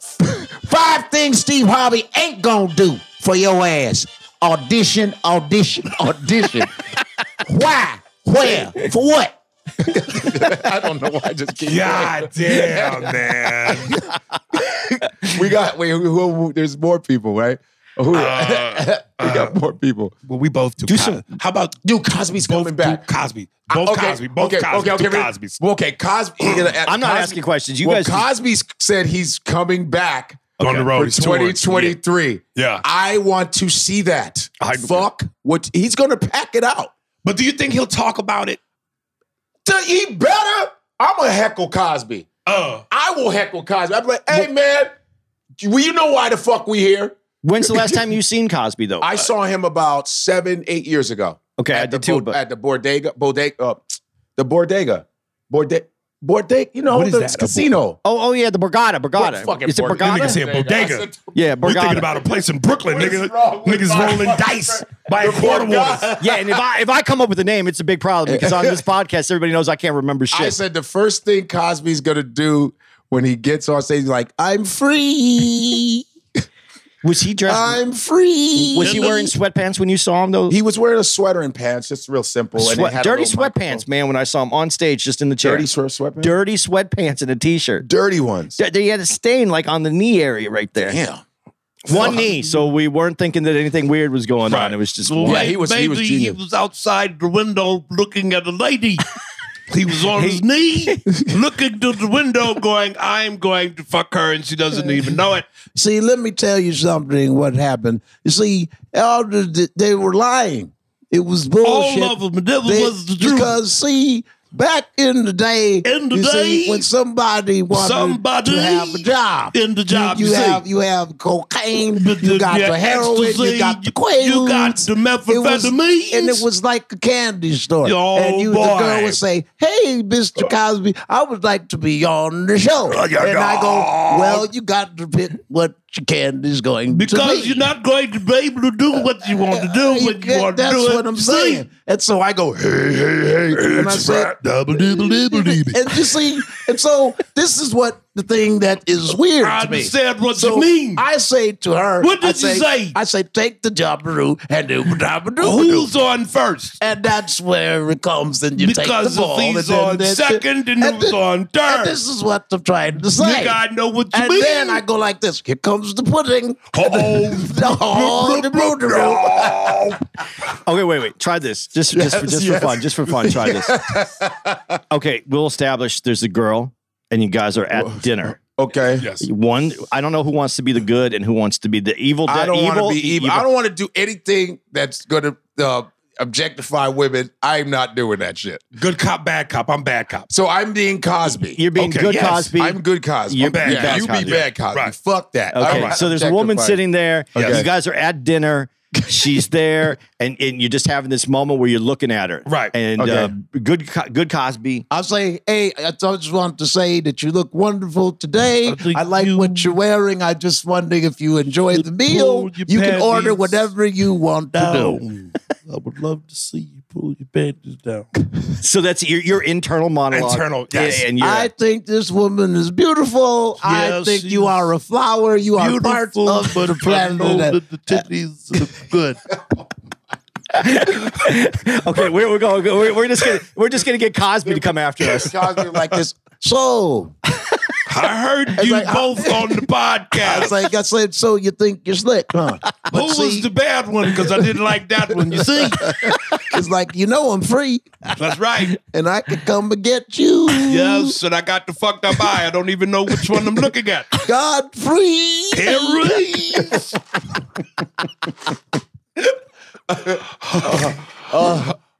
Five things Steve Harvey ain't gonna do for your ass. Audition, audition, audition. why? Where? For what? I don't know why I just keep. God damn, man. we got wait. Who, who, who- there's more people, right? Who- Uh, we got more people. Well, we both do. Do some. How about do Cosby's coming back? Cosby. Both Uh, okay, Cosby. Both okay, Cosby. okay, two okay. Cosby's. Well, okay, Cosby. I'm not Cosby- asking questions. You well, guys- Cosby said he's coming back On the road, he's for touring. 2023. Yeah. I want to see that. I, Fuck what he's going to pack it out. But do you think he'll talk about it? He better. I'm gonna heckle Cosby. Uh, I will heckle Cosby. I'm like, hey man, well, you know why the fuck we here? When's the last time you seen Cosby though? I saw him about seven, eight years ago. Okay, at I the did too, bo- but- at the Bordega, Bodega, uh, the Bordega, Borde, Bordega. You know What is the that? casino. Oh, oh yeah, the Borgata, Borgata. fucking Is it Borg- Borgata? You niggas said Bodega. I said- Yeah, We're Borgata. thinking about a place in Brooklyn, nigga. Niggas rolling dice by a quarter water. yeah, and if I if I come up with a name, it's a big problem because on this podcast, everybody knows I can't remember shit. I said the first thing Cosby's gonna do when he gets on stage, like I'm free. was he dressed? I'm free. Was he wearing sweatpants when you saw him though? He was wearing a sweater and pants, just real simple. and it Sweat- had a dirty little sweatpants, man. When I saw him on stage, just in the chair, Dirty sweat- sweatpants? dirty sweatpants and a t-shirt, dirty ones. They had a stain like on the knee area right there. Yeah, one knee. So we weren't thinking that anything weird was going on. It was just one. Maybe was outside the window looking at a lady. He was on his knee, looking to the window, going, "I'm going to fuck her," and she doesn't even know it. See, let me tell you something. What happened? You see, all the, they were lying. It was bullshit. of them. Never was the truth. Because see, back in the day, in the you see, day, when somebody wanted somebody to have a job, in the job, you, you see. have you have cocaine, But you the- got the the heroin, you got the quaaludes, ecstasy, you got the It was- methamphetamines. and it was like a candy store. Oh, and you, the boy. girl would say, "Hey, Mister Cosby, I would like to be on the show," Oh, yeah, and I dog. go, "Well, you got to pick what your candy's going to be." Uh, Because you're not going to be able to do what you want to do when you, Yeah, want to that's do it. what I'm See? saying. And so I go, hey, hey, hey. And I said, double dibble dibble dibble. and you see, and so this is what the thing that is weird. I to me. understand what So you mean. I say to her, What I did you say? I say, take the jobberoo and do the jobberoo. Who's on first? And that's where it comes, and you take Because the ball. if he's and then on that's it. second and, who's on third. And this is what I'm trying to say. Nigga, I know what you and mean. then I go like this. Here comes the pudding. Oh, oh the boodaroo. Okay, wait, wait. Try this. Just, just, for, Yes, just yes. for fun. Just for fun. Try this. Okay, we'll establish there's a girl, and you guys are at dinner. Okay. Yes. One, I don't know who wants to be the good and who wants to be the evil. I don't want to be evil. I don't want to do anything that's going to uh, objectify women. I'm not doing that shit. Good cop, bad cop. I'm bad cop. So I'm being Cosby. You're being good Cosby. I'm good Cosby. You're I'm bad. bad Yeah, you Cosby. be bad Cosby. Right. Fuck that. Okay, All right. so there's a woman Objectify. sitting there. Okay. You guys are at dinner. She's there, and, and you're just having this moment where you're looking at her. Right. And Okay. uh, good, Co- good Cosby. I'll say, hey, I just want to say that you look wonderful today. I like what you're wearing. I just wondering if you enjoy the meal. your You can order panties whatever you want to do. down. I would love to see you pull your panties down. So that's your your internal monologue. Internal, yes. Yeah, and you're I think this woman is beautiful. I Yes, think she's you are a flower. You are part Beautiful, of but the I know planet. that the titties look good. okay. We're, we're going. We're, we're just gonna we're just gonna get Cosby to come after us. Cosby like this. So I heard you both on the I podcast. was like, I said, so you think you're slick, huh? Who was the bad one? Because I didn't like that one. You see, It's like you know I'm free, that's right. and I can come and get you. Yes, and I got the fucked up eye. I don't even know which one I'm looking at. God free. Aries.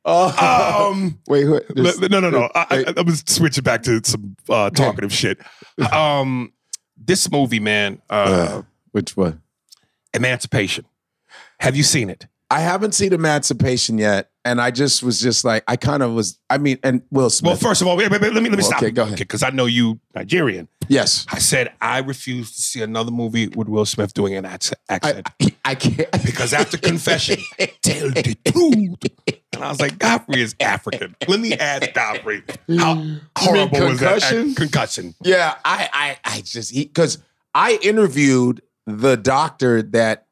Um, Wait, who, no, this- no, no. no. I, I, I was switching back to some uh, talkative shit. Um, this movie, man, uh, which one? Emancipation. Have you seen it? I haven't seen Emancipation yet, and I just was just like I kind of was. I mean, and Will Smith. Well, first of all, wait, wait, wait, let me let me Well, stop. okay, go ahead. Because I know you Nigerian. Yes. I said I refuse to see another movie with Will Smith doing an ac- accent. I, can't because after confession, tell the truth. And I was like, Godfrey is African. Let me ask Godfrey how horrible was that concussion? ac- concussion? Yeah, I, I, I just because I interviewed the doctor that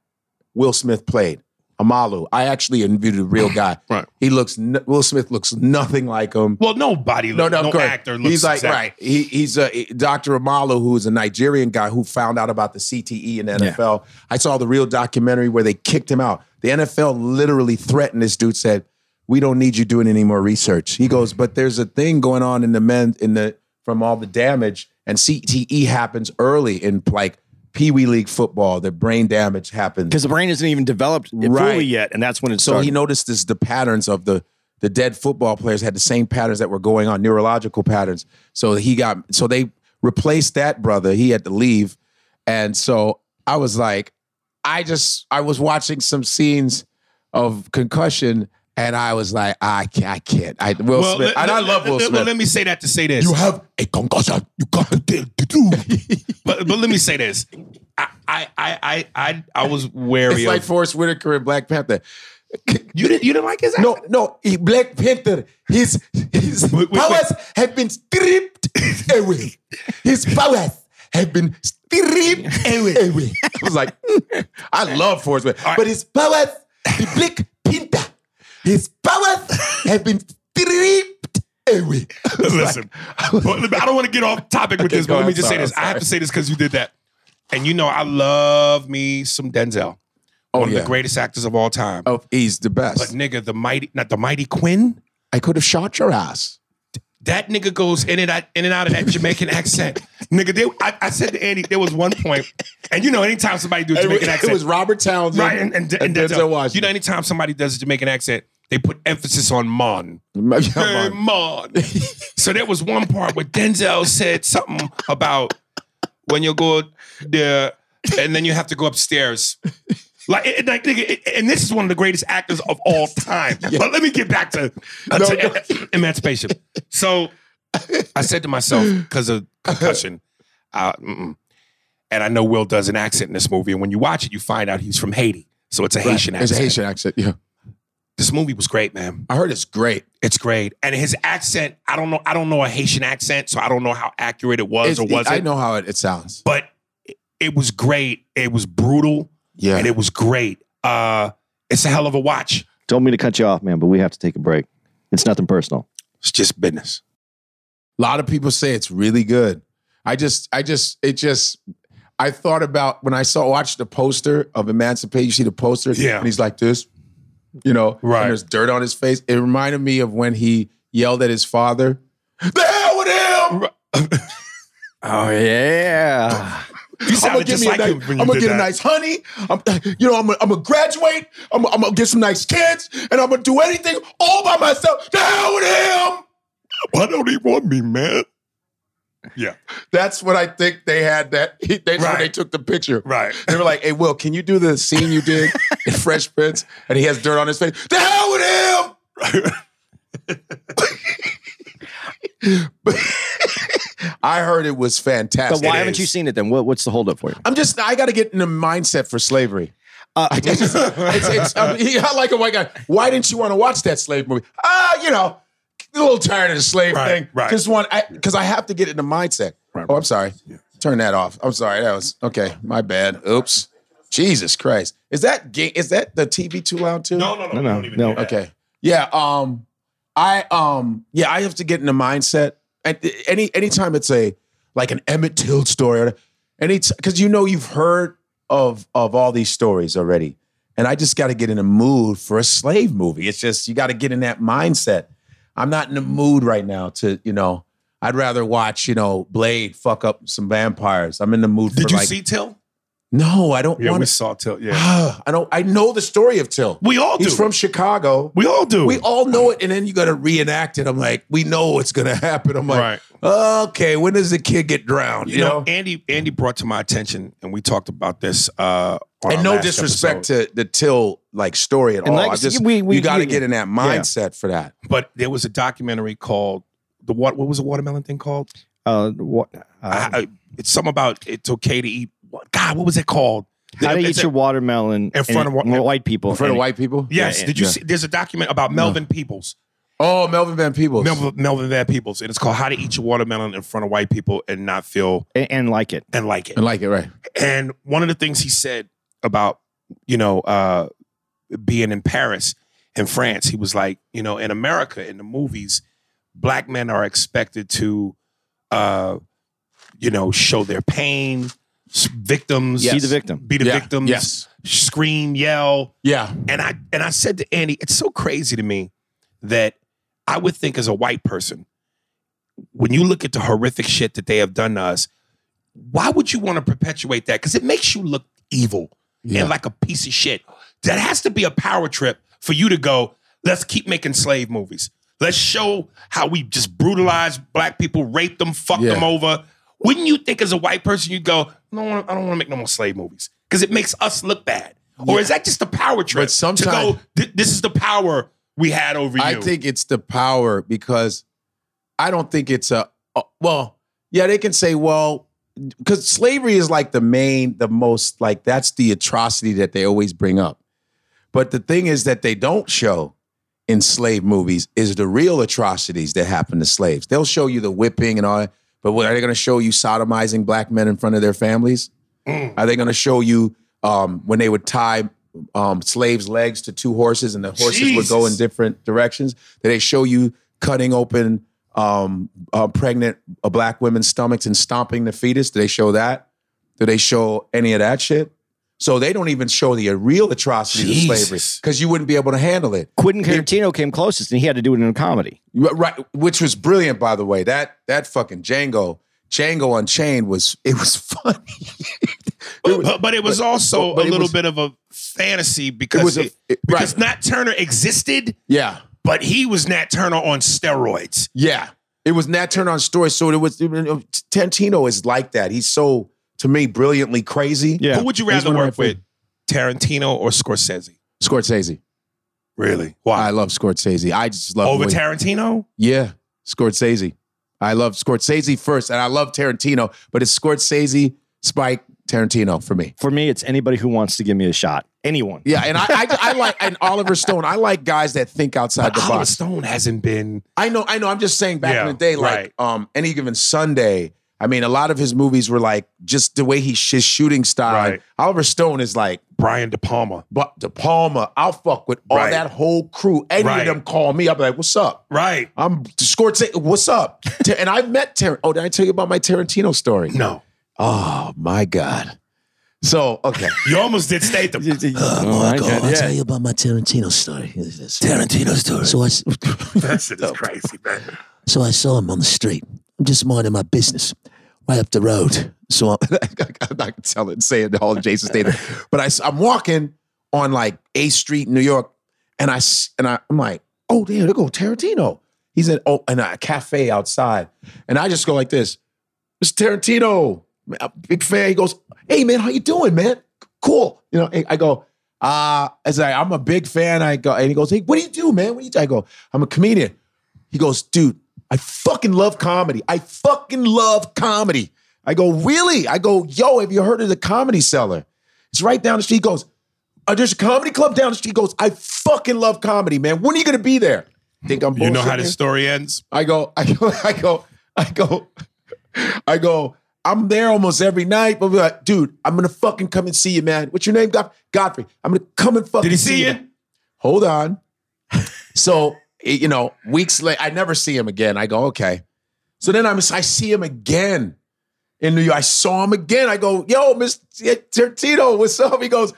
Will Smith played, Amalu. I actually interviewed a real guy. right. He looks. n- Will Smith looks nothing like him. Well, nobody. No, look- no, no correct. actor looks He's like exact- right. He, he's a Dr. Amalu, who is a Nigerian guy who found out about the CTE in the NFL. I saw the real documentary where they kicked him out. The NFL literally threatened this dude. Said, "We don't need you doing any more research." He goes, "But there's a thing going on in the men in the from all the damage, and CTE happens early in like Pee Wee League football. The brain damage happens because the brain isn't even developed fully yet, and that's when it's so he noticed this the patterns of the the dead football players had the same patterns that were going on neurological patterns so he got so they replaced that brother he had to leave and so i was like i just i was watching some scenes of concussion and i was like i can't i can't i will Well, smith let- and i let- love will let- smith Let me say that to say this. You have a concussion. You can't tell the truth. but but let me say this. I I I I I, I was wary it's of like forrest whitaker and black panther you didn't you didn't like his no no he- black panther his his powers have been stripped away his powers have been stripped away, away. i was like hmm, mm, i love forrest whitaker but his powers the black panther his powers have been stripped away Listen, but I don't want to get off topic with Okay, this, go, but let me I'm just sorry, say this. I'm I have to sorry. say this because you did that. And you know, I love me some Denzel. Oh, one of yeah. the greatest actors of all time. Oh, he's the best. But nigga, the mighty, not the mighty Quinn. I could have shot your ass. That nigga goes in and out, in and out of that Jamaican accent. Nigga, they, I, I said to Andy, there was one point, and you know, anytime somebody do a It Jamaican was- it accent, was Robert Townsend right? And, and, and, and Denzel. Denzel Washington. You know, anytime somebody does a Jamaican accent, they put emphasis on mon. Hey, mon. so there was one part where Denzel said something about when you go there, and then you have to go upstairs. Like, it- it- like, nigga, it- and this is one of the greatest actors of all time. But let me get back to, uh, No, to no. em- emancipation. So I said to myself, because of concussion, uh, mm-mm. and I know Will does an accent in this movie, and when you watch it, you find out he's from Haiti. So it's a Haitian Right. it's accent. a haitian accent yeah This movie was great, man. I heard it's great. It's great. And his accent, I don't know, I don't know a Haitian accent, so I don't know how accurate it Oh, was It's- or it- wasn't. i know how it, it sounds But it- it was great. It was brutal. Yeah. And it was great. Uh it's a hell of a watch. Don't mean to cut you off, man, but we have to take a break. It's nothing personal. It's just business. A lot of people say it's really good. I just, I just, it just, I thought about when I saw, watched the poster of Emancipation, you see the poster? Yeah. And he's like this, you know, Right. and there's dirt on his face. It reminded me of when he yelled at his father, the hell with him! Oh yeah. You sounded just like him when you I'm gonna did get that. a nice honey. I'm, you know, I'm gonna, I'm gonna graduate. I'm, I'm gonna get some nice kids, and I'm gonna do anything all by myself. The hell with him! Why don't he want me, man? Yeah. That's what I think they had that. He, that's when they took the picture. Right. They were like, hey, Will, can you do the scene you did in Fresh Prince? And he has dirt on his face. The hell with him! I heard it was fantastic. But why haven't you seen it then? What, what's the holdup for you? I'm just, I got to get in the mindset for slavery. Uh, I just, it's, it's, I, mean, I like a white guy. Why didn't you want to watch that slave movie? Ah, you know, a little tired of the slave Right, thing. right. Just want, because I, have to get in the mindset. Oh, I'm sorry. Turn that off. I'm sorry. That was okay. My bad. Oops. Jesus Christ. Is that ga- is that the TV too loud too? No, no, no. No, no. Okay. Yeah. Um. I um. Yeah. I have to get in the mindset. At any anytime it's a like an Emmett Till story, or any because you know you've heard of of all these stories already, and I just got to get in a mood for a slave movie. It's just you got to get in that mindset. I'm not in the mood right now to you know. I'd rather watch you know Blade fuck up some vampires. I'm in the mood. Did for you like, see Till? No, I don't Yeah, want we to. saw Till. Yeah. I don't. I know the story of Till. We all He's do. from Chicago. We all do. We all know it, and then you got to reenact it. I'm like, we know what's going to happen. I'm like, okay, when does the kid get drowned? You, know, Andy. Andy brought to my attention, and we talked about this. Uh, on and our no last disrespect episode. to the Till like story at And all. like I I said, just we- we- you got to we- get in that yeah. mindset for that. But there was a documentary called the what? What was the watermelon thing called? Uh, what? I, I- it's something about it's okay to eat. What, God, what was it called? How to It's eat a- your watermelon in front of wa- white people? In front of And- white people? Yes. Yeah, Did you yeah. see? There's a document about Melvin Peoples. Oh, Melvin Van Peebles. Melvin, Melvin Van Peebles, and it's called "How to Eat Your Watermelon in Front of White People and Not Feel and, Like It and Like It." I like it, right? And one of the things he said about, you know, uh, being in Paris in France, he was like, you know, in America, in the movies, black men are expected to, uh, you know, show their pain, s- victims, Yes. Be the victim. be the Yeah. victims, Yes. scream, yell, yeah. And I and I said to Andy, it's so crazy to me that I would think as a white person, when you look at the horrific shit that they have done to us, why would you want to perpetuate that? Because it makes you look evil and like a piece of shit. That has to be a power trip for you to go, let's keep making slave movies. Let's show how we just brutalize black people, rape them, fuck them over. Wouldn't you think as a white person you'd go, I don't want to make no more slave movies because it makes us look bad? Or is that just a power trip? But sometimes, to go, "Th- this is the power we had over you. I think it's the power because I don't think it's a uh, well, yeah, they can say, well, because slavery is like the main, the most, like that's the atrocity that they always bring up. But the thing is that they don't show in slave movies is the real atrocities that happen to slaves. They'll show you the whipping and all that, but what, are they going to show you sodomizing black men in front of their families? Are they going to show you um, when they would tie um, slaves' legs to two horses and the horses would go in different directions? Did they show you cutting open um, uh, pregnant uh, black women's stomachs and stomping the fetus? Do they show that? Do they show any of that shit? So they don't even show the real atrocities of slavery because you wouldn't be able to handle it. Quentin Tarantino came closest, and he had to do it in a comedy. Right, right, which was brilliant, by the way. That that fucking Django, Django Unchained was it was funny. But, but, but it was but- also but- but a it little was- bit of a fantasy because was a- it- because Nat Turner existed, Yeah, but he was Nat Turner on steroids. yeah. It was Nat Turner on story. So it was it- it- Tarantino is like that. He's so to me brilliantly crazy. Yeah. Who would you rather work with, Tarantino or Scorsese? Scorsese. Really? Why? I love Scorsese. I just love Over the way- Tarantino? Yeah, Scorsese. I love Scorsese first, and I love Tarantino, but it's Scorsese, Spike, Tarantino for me. For me, it's anybody who wants to give me a shot. Anyone. Yeah, and I, I, I like and Oliver Stone. I like guys that think outside the Oliver box. Stone hasn't been. I know, I know. I'm just saying. Back Yeah, in the day, right. like um, any given Sunday. I mean, a lot of his movies were like just the way he's his shooting style. Right. Oliver Stone is like Brian De Palma. but De Palma. I'll fuck with all Right. that whole crew. Any Right. of them call me, I'll be like, "What's up?" Right. I'm Scorsese. What's up? Ta- and I've met Tarantino. Oh, did I tell you about my Tarantino story? No. Oh my god. So okay. You almost did Statham. Oh, my Marco, God, I'll yeah. tell you about my Tarantino story. Tarantino story. So I, s- that shit is crazy, man. so I saw him on the street. I'm just minding my business, right up the road. So I'm, I'm not gonna tell it, say it all Jason Statham. But I, am walking on like A Street, in New York, and I s- and I, I'm like, oh damn, there go Tarantino. He's in oh in a cafe outside, and I just go like this, Mr. Tarantino, man, I'm a big fan. He goes, hey man, how you doing, man? Cool. You know, and I go. Uh, as I, I'm a big fan. I go, and he goes, "Hey, what do you do, man? What do you do?" I go, "I'm a comedian." He goes, dude, I fucking love comedy. I fucking love comedy. I go, really? I go, yo, have you heard of the comedy cellar? It's right down the street. He goes, "Uh, there's a comedy club down the street. He goes, I fucking love comedy, man. When are you gonna be there? Think I'm You know how bullshitting the you? story ends? I go, I go, I go, I go, I go, I'm there almost every night, but we're like, dude, I'm gonna fucking come and see you, man. What's your name, Godfrey? Godfrey. I'm gonna come and fucking Did he see you? Hold on. so, it- you know, weeks later, I never see him again. I go, okay. So then I'm, I see him again in New York. I saw him again. I go, yo, Mr. Tartino, what's up? He goes,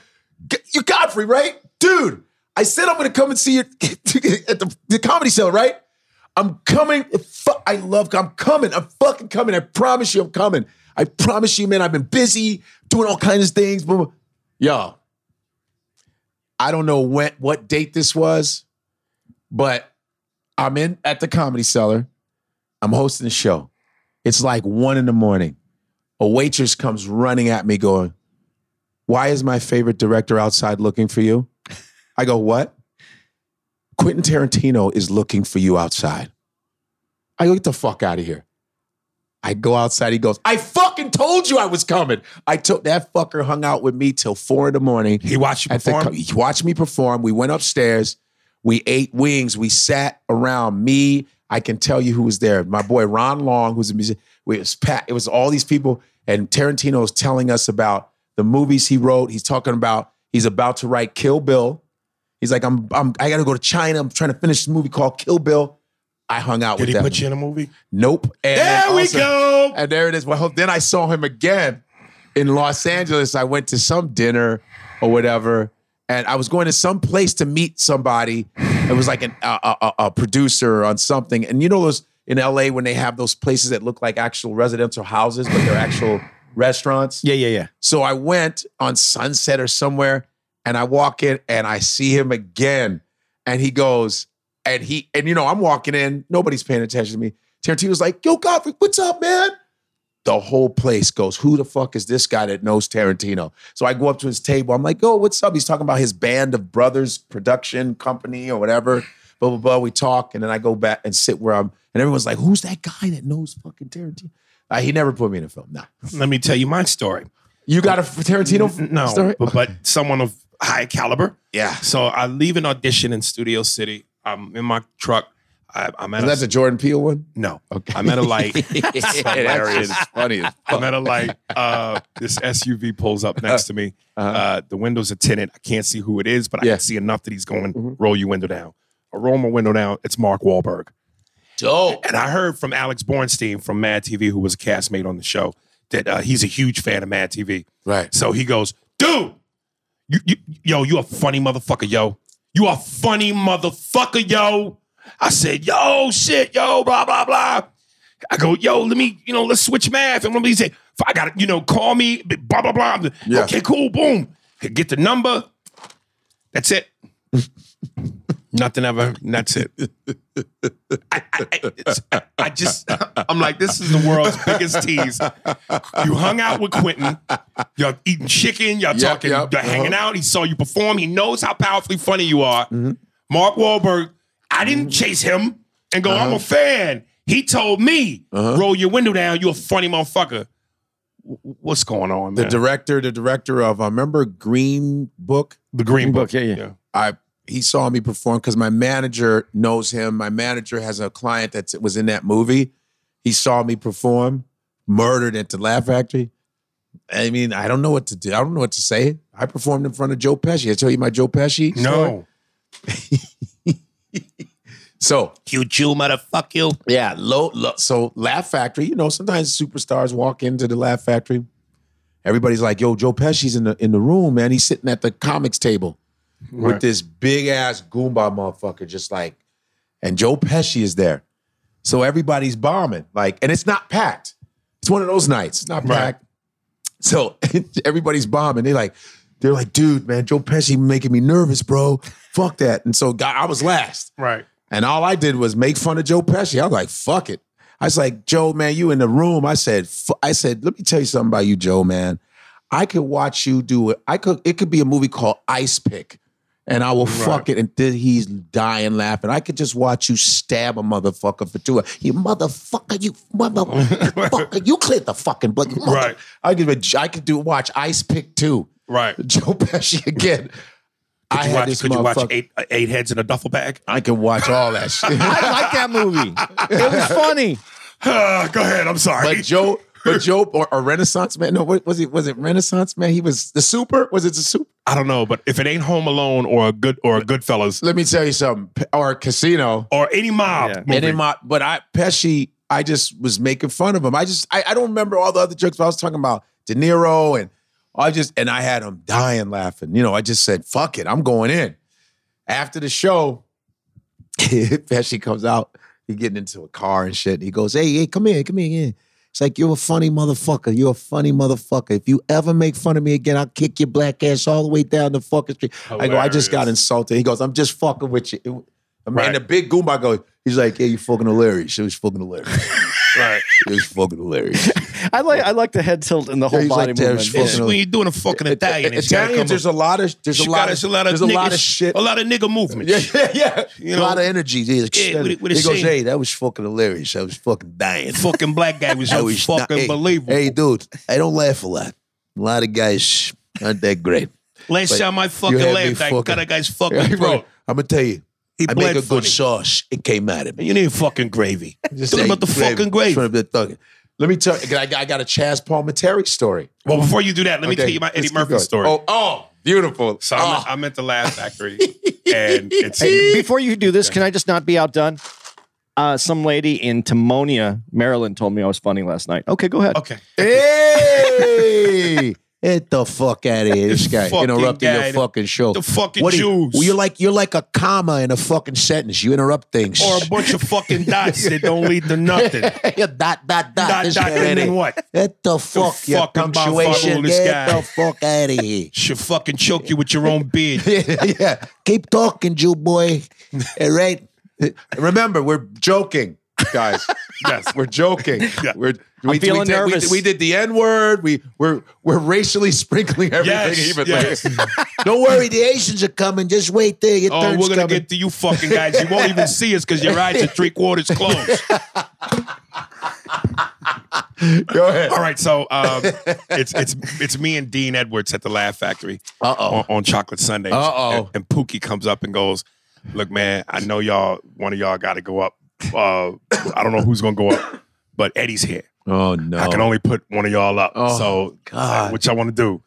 "G- you Godfrey, right? Dude, I said I'm going to come and see you at the, the comedy cell, right? I'm coming. Fu- I love, I'm coming. I'm fucking coming. I promise you, I'm coming. I promise you, man, I've been busy doing all kinds of things. Blah, blah. Yo, I don't know when what date this was, but I'm in at the comedy cellar. I'm hosting the show. It's like one in the morning. A waitress comes running at me, going, Why is my favorite director outside looking for you? I go, What? Quentin Tarantino is looking for you outside. I go, Get the fuck out of here. I go outside. He goes, I fucking told you I was coming. I took that fucker hung out with me till four in the morning. He watched you perform. he watched me perform. We went upstairs. We ate wings. We sat around me. I can tell you who was there. My boy Ron Long, who's a musician. It was Pat. It was all these people. And Tarantino was telling us about the movies he wrote. He's talking about he's about to write Kill Bill. He's like, I'm, I'm I got to go to China. I'm trying to finish this movie called Kill Bill. I hung out Did with he them. put you in a movie? Nope. There And then we go. And there it is. Well, then I saw him again in Los Angeles. I went to some dinner or whatever, and I was going to some place to meet somebody. It was like an, a, a, a producer on something. And you know those in LA when they have those places that look like actual residential houses, but they're actual restaurants. Yeah, yeah, yeah. So I went on Sunset or somewhere, and I walk in and I see him again, and he goes, and he, and you know, I'm walking in, nobody's paying attention to me. Tarantino's like, "Yo, Godfrey, what's up, man?" The whole place goes, "Who the fuck is this guy that knows Tarantino?" So I go up to his table. I'm like, "Yo, what's up?" He's talking about his band of brothers production company or whatever. Blah blah blah. We talk, and then I go back and sit where I'm, and everyone's like, "Who's that guy that knows fucking Tarantino?" Uh, he never put me in a film. No. Let me tell you my story. You got a Tarantino f- no, story? But, but someone of high caliber. Yeah. So I leave an audition in Studio City. I'm in my truck. I, I'm at Is that the Jordan Peele one? No. Okay. I'm at a light. It's Yeah, that hilarious. shit is funny as I'm at a light. Uh, this SUV pulls up next to me. uh the window's a tenant. I can't see who it is, but I Yeah. can see enough that he's going, roll your window down. I roll my window down. It's Mark Wahlberg. Dope. And I heard from Alex Bornstein from Mad TV, who was a castmate on the show, that uh, he's a huge fan of Mad TV. Right. So he goes, dude, you, you, yo, you a funny motherfucker, yo. You a funny motherfucker, yo. I said, yo, shit, yo, blah, blah, blah. I go, yo, let me, you know, let's switch math. And one of these, say, I got to, you know, call me, blah, blah, blah. I'm like, Yeah. Okay, cool, boom. Get the number. That's it. Nothing ever. That's it. I, I, I- it's- I- I just, I'm like, this is the world's biggest tease. You hung out with Quentin. Y'all eating chicken. Y'all talking. Y'all hanging uh-huh. out. He saw you perform. He knows how powerfully funny you are. Mm-hmm. Mark Wahlberg. I didn't chase him and go. Uh-huh. I'm a fan. He told me, roll your window down. You a funny motherfucker. W- What's going on, The man? director, the director of, I remember Green Book. The Green, Book, yeah, yeah. I he saw me perform because my manager knows him. My manager has a client that was in that movie. He saw me perform, murdered at the Laugh Factory. I mean, I don't know what to do. I don't know what to say. I performed in front of Joe Pesci. I tell you my Joe Pesci. story? No. So you Jew motherfuck you. Yeah, low, low. So Laugh Factory, you know, sometimes superstars walk into the Laugh Factory. Everybody's like, "Yo, Joe Pesci's in the in the room, man. He's sitting at the comics table Right. with this big ass goomba motherfucker, just like." And Joe Pesci is there, so everybody's bombing. Like, and it's not packed. It's one of those nights. It's not packed. So everybody's bombing. They like, they're like, dude, man, Joe Pesci making me nervous, bro. Fuck that. And so, God, I was last. Right. And all I did was make fun of Joe Pesci. I was like, fuck it. I was like, Joe, man, you in the room. I said, fu- I said, let me tell you something about you, Joe, man. I could watch you do it. I could, it could be a movie called Ice Pick. And I will fuck it until he's dying laughing. I could just watch you stab a motherfucker for two. hours. You motherfucker, you motherfucker, you cleared the fucking book. Right. I could, I could do watch Ice Pick too. Right. Joe Pesci again. Could I you had watch, this could you watch motherfucker- eight, eight heads in a duffel bag? I can watch all that shit. I like that movie. It was funny. go ahead. I'm sorry. But Joe, but Joe, or, or Renaissance man. No, what was he? Was it Renaissance man? He was the super. Was it the super? I don't know, but if it ain't Home Alone or a good or a Goodfellas, Let me tell you something. P- Or Casino. Or any mob. movie. Any mob. But I Pesci, I just was making fun of him. I just, I, I don't remember all the other jokes. But I was talking about De Niro and I just, and I had him dying laughing. You know, I just said, "Fuck it, I'm going in." After the show, Pesci comes out. He getting into a car and shit. He goes, "Hey, hey, come here, come here." yeah." It's like, you're a funny motherfucker. You're a funny motherfucker. If you ever make fun of me again, I'll kick your black ass all the way down the fucking street. I go, I just got insulted. He goes, I'm just fucking with you. I'm Right. And the big Goomba goes, he's like, yeah, you fucking hilarious. It was fucking hilarious. right. It was fucking hilarious. I like I like the head tilt and the whole he's body like, movement. "There's fucking When you're doing a fucking Italian, it's gotta come Italians, there's a lot of there's a You lot gotta- of it's a lot of there's a lot niggas- of shit. a lot of nigga movements. Yeah, yeah, You a know? lot of energy. He's Yeah, with it- with it he goes, saying- hey, that was fucking hilarious. I was fucking dying. fucking black guy was I was not- fucking hey, believable. Hey, dude, I don't laugh a lot. A lot of guys aren't that great. Last But time I you fucking had me laughed, I fucking- cut a guy's Yeah, bro, fucking throat. I'm gonna tell you, He I make bled a good funny. sauce. It came out of me. You need fucking gravy. Just Talking about the fucking gravy. Trying to be thugging. Let me tell you, I got, I got a Chaz Palminteri story. Well, before you do that, let me Okay, tell you my let's Eddie keep Murphy going. story. Oh, oh, beautiful. So I'm, Oh. I'm at the Laugh Factory, and it's Hey, before you do this, can I just not be outdone? Uh, some lady in Timonia, Maryland, told me I was funny last night. Okay, go ahead. Okay. Hey, get the fuck out of here, this guy fucking interrupting guy, your the- fucking show. the fucking do you- Jews. well, you're like you're like a comma in a fucking sentence. You interrupt things. or a bunch of fucking dots that don't lead to nothing. Yeah, dot dot dot. Dot, this dot, guy right and then here. what? Get the fuck your fucking punctuation. bifocal, this Get guy. the fuck out of here. Should fucking choke you with your own beard. yeah, yeah. Keep talking, Jew boy. All right. Remember, we're joking, guys. yes, we're joking. We're I'm feeling did- we- nervous. We, did the N word. We we're we're racially sprinkling everything Yes, evenly. yes. Don't worry, the Asians are coming. Just wait there. Your Oh, turn's we're gonna coming. get to you fucking guys. You won't even see us because your eyes are three quarters closed. Go ahead. All right, so um, it's it's it's me and Dean Edwards at the Laugh Factory on, on Chocolate Sunday. Uh-oh. And, and Pookie comes up and goes, "Look, man, I know y'all. One of y'all got to go up. Uh, I don't know who's gonna go up, but Eddie's here. Oh no. I can only put one of y'all up. Oh, so, God. like, what y'all want to do?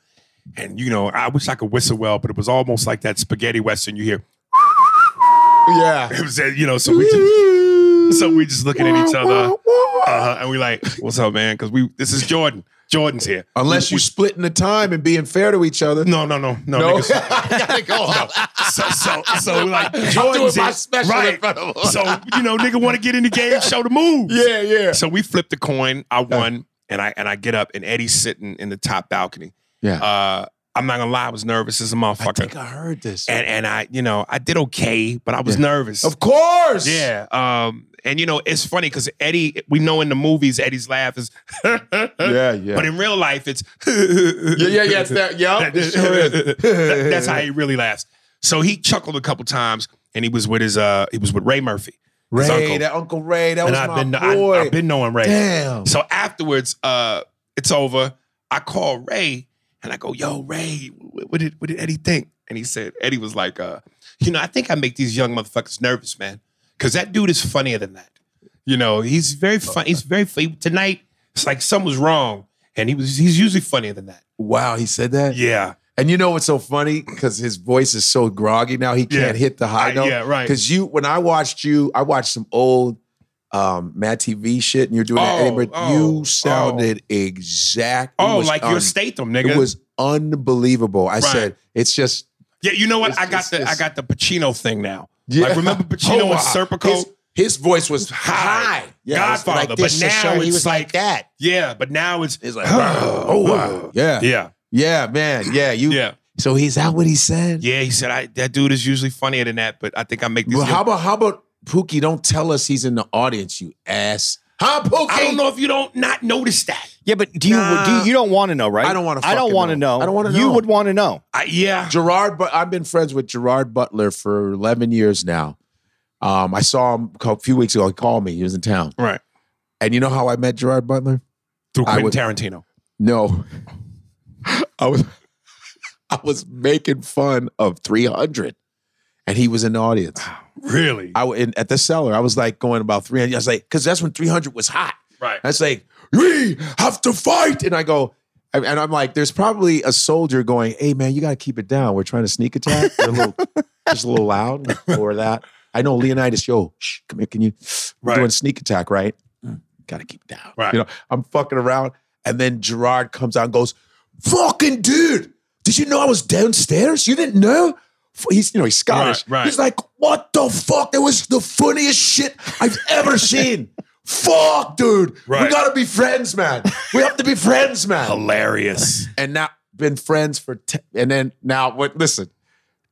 And you know, I wish I could whistle well, but it was almost like that spaghetti western you hear. yeah. It was, uh, you know, so we just, so we just looking at each other, uh, and we like, "What's up, man?" Because we this is Jordan. Jordan's here. Unless you splitting the time and being fair to each other. No, no, no, no, No. niggas. gotta go. So, so, so we're like, doing Jordan's my it. special in right? front of him. So you know, nigga, want to get in the game, show the move. Yeah, yeah. So we flipped the coin. I won, and I and I get up, and Eddie's sitting in the top balcony. Yeah. Uh, I'm not gonna lie, I was nervous as a I motherfucker, think I heard this. and and I, you know, I did okay, but I was nervous. of course. Yeah. Um, and you know, it's funny because Eddie, we know in the movies, Eddie's laugh is, Yeah, yeah. but in real life, it's, Yeah, yeah, yeah. It's that. Yeah. it sure is. That- that's how he really laughs. So he chuckled a couple times, and he was with his uh, he was with Ray Murphy, his Ray, uncle. that Uncle Ray, that and was I've my been boy. I, have been knowing Ray. Damn. So afterwards, uh, it's over. I call Ray and I go, "Yo, Ray, what what did what did Eddie think?" And he said, "Eddie was like, uh, you know, I think I make these young motherfuckers nervous, man, because that dude is funnier than that. You know, he's Oh, very fun. He's very funny. Tonight, it's like something was wrong, and he was he's usually funnier than that. Wow, he said that. Yeah, And you know what's so funny? Because his voice is so groggy now, he can't Yeah. hit the high Right, note. yeah, right. Because you, when I watched you, I watched some old um, Matt TV shit, and you're doing that, Oh, Eddie, but oh, you sounded exact. it Oh, was like un- your Statham, nigga. It was unbelievable. I said, it's just yeah. You know what? It's- I got it's- the I it's- got the Pacino thing now. yeah. Like remember Pacino Oh, and wow. Serpico? His, his voice was high. Yeah, it was Godfather, like but this, now sir. He it's was like like- that. yeah, but now it's He's like, oh wow, Yeah. yeah, yeah, man, yeah. You. yeah. So is that what he said? Yeah, he said I, that dude is usually funnier than that, but I think I make these. Well, young- how about how about Pookie? Don't tell us he's in the audience, you ass. Huh, Pookie? I don't know if you don't not notice that. Yeah, but do you do you, you don't want to know, right? I don't wanna I don't fucking want to know. know. I don't wanna You know. would want to know. I, yeah, Gerard, but I've been friends with Gerard Butler for 11 years now. Um, I saw him a cou- few weeks ago. He called me. He was in town. right. And you know how I met Gerard Butler? Through I Quentin would- Tarantino. No. I was I was making fun of 300 and he was in the audience. Really? I w- in, at the cellar. I was like going about 300. I was like cuz that's when 300 was hot. right. I was like, "We have to fight." And I go and and I'm like, there's probably a soldier going, "Hey man, you got to keep it down. We're trying to sneak attack. They're a little just a little loud or that." I know Leonidas, yo, shh, come here, can you we're Right. Mm. doing sneak attack, right? Got to keep it down. Right. You know, I'm fucking around. And then Gerard comes out and goes, fucking dude, did you know I was downstairs? You didn't know? F- He's, you know, he's Scottish. Right, right. He's like, what the fuck? That was the funniest shit I've ever seen. fuck, dude. We Right. gotta be friends, man. We have to be friends, man. Hilarious. And now been friends for te- and then now what listen,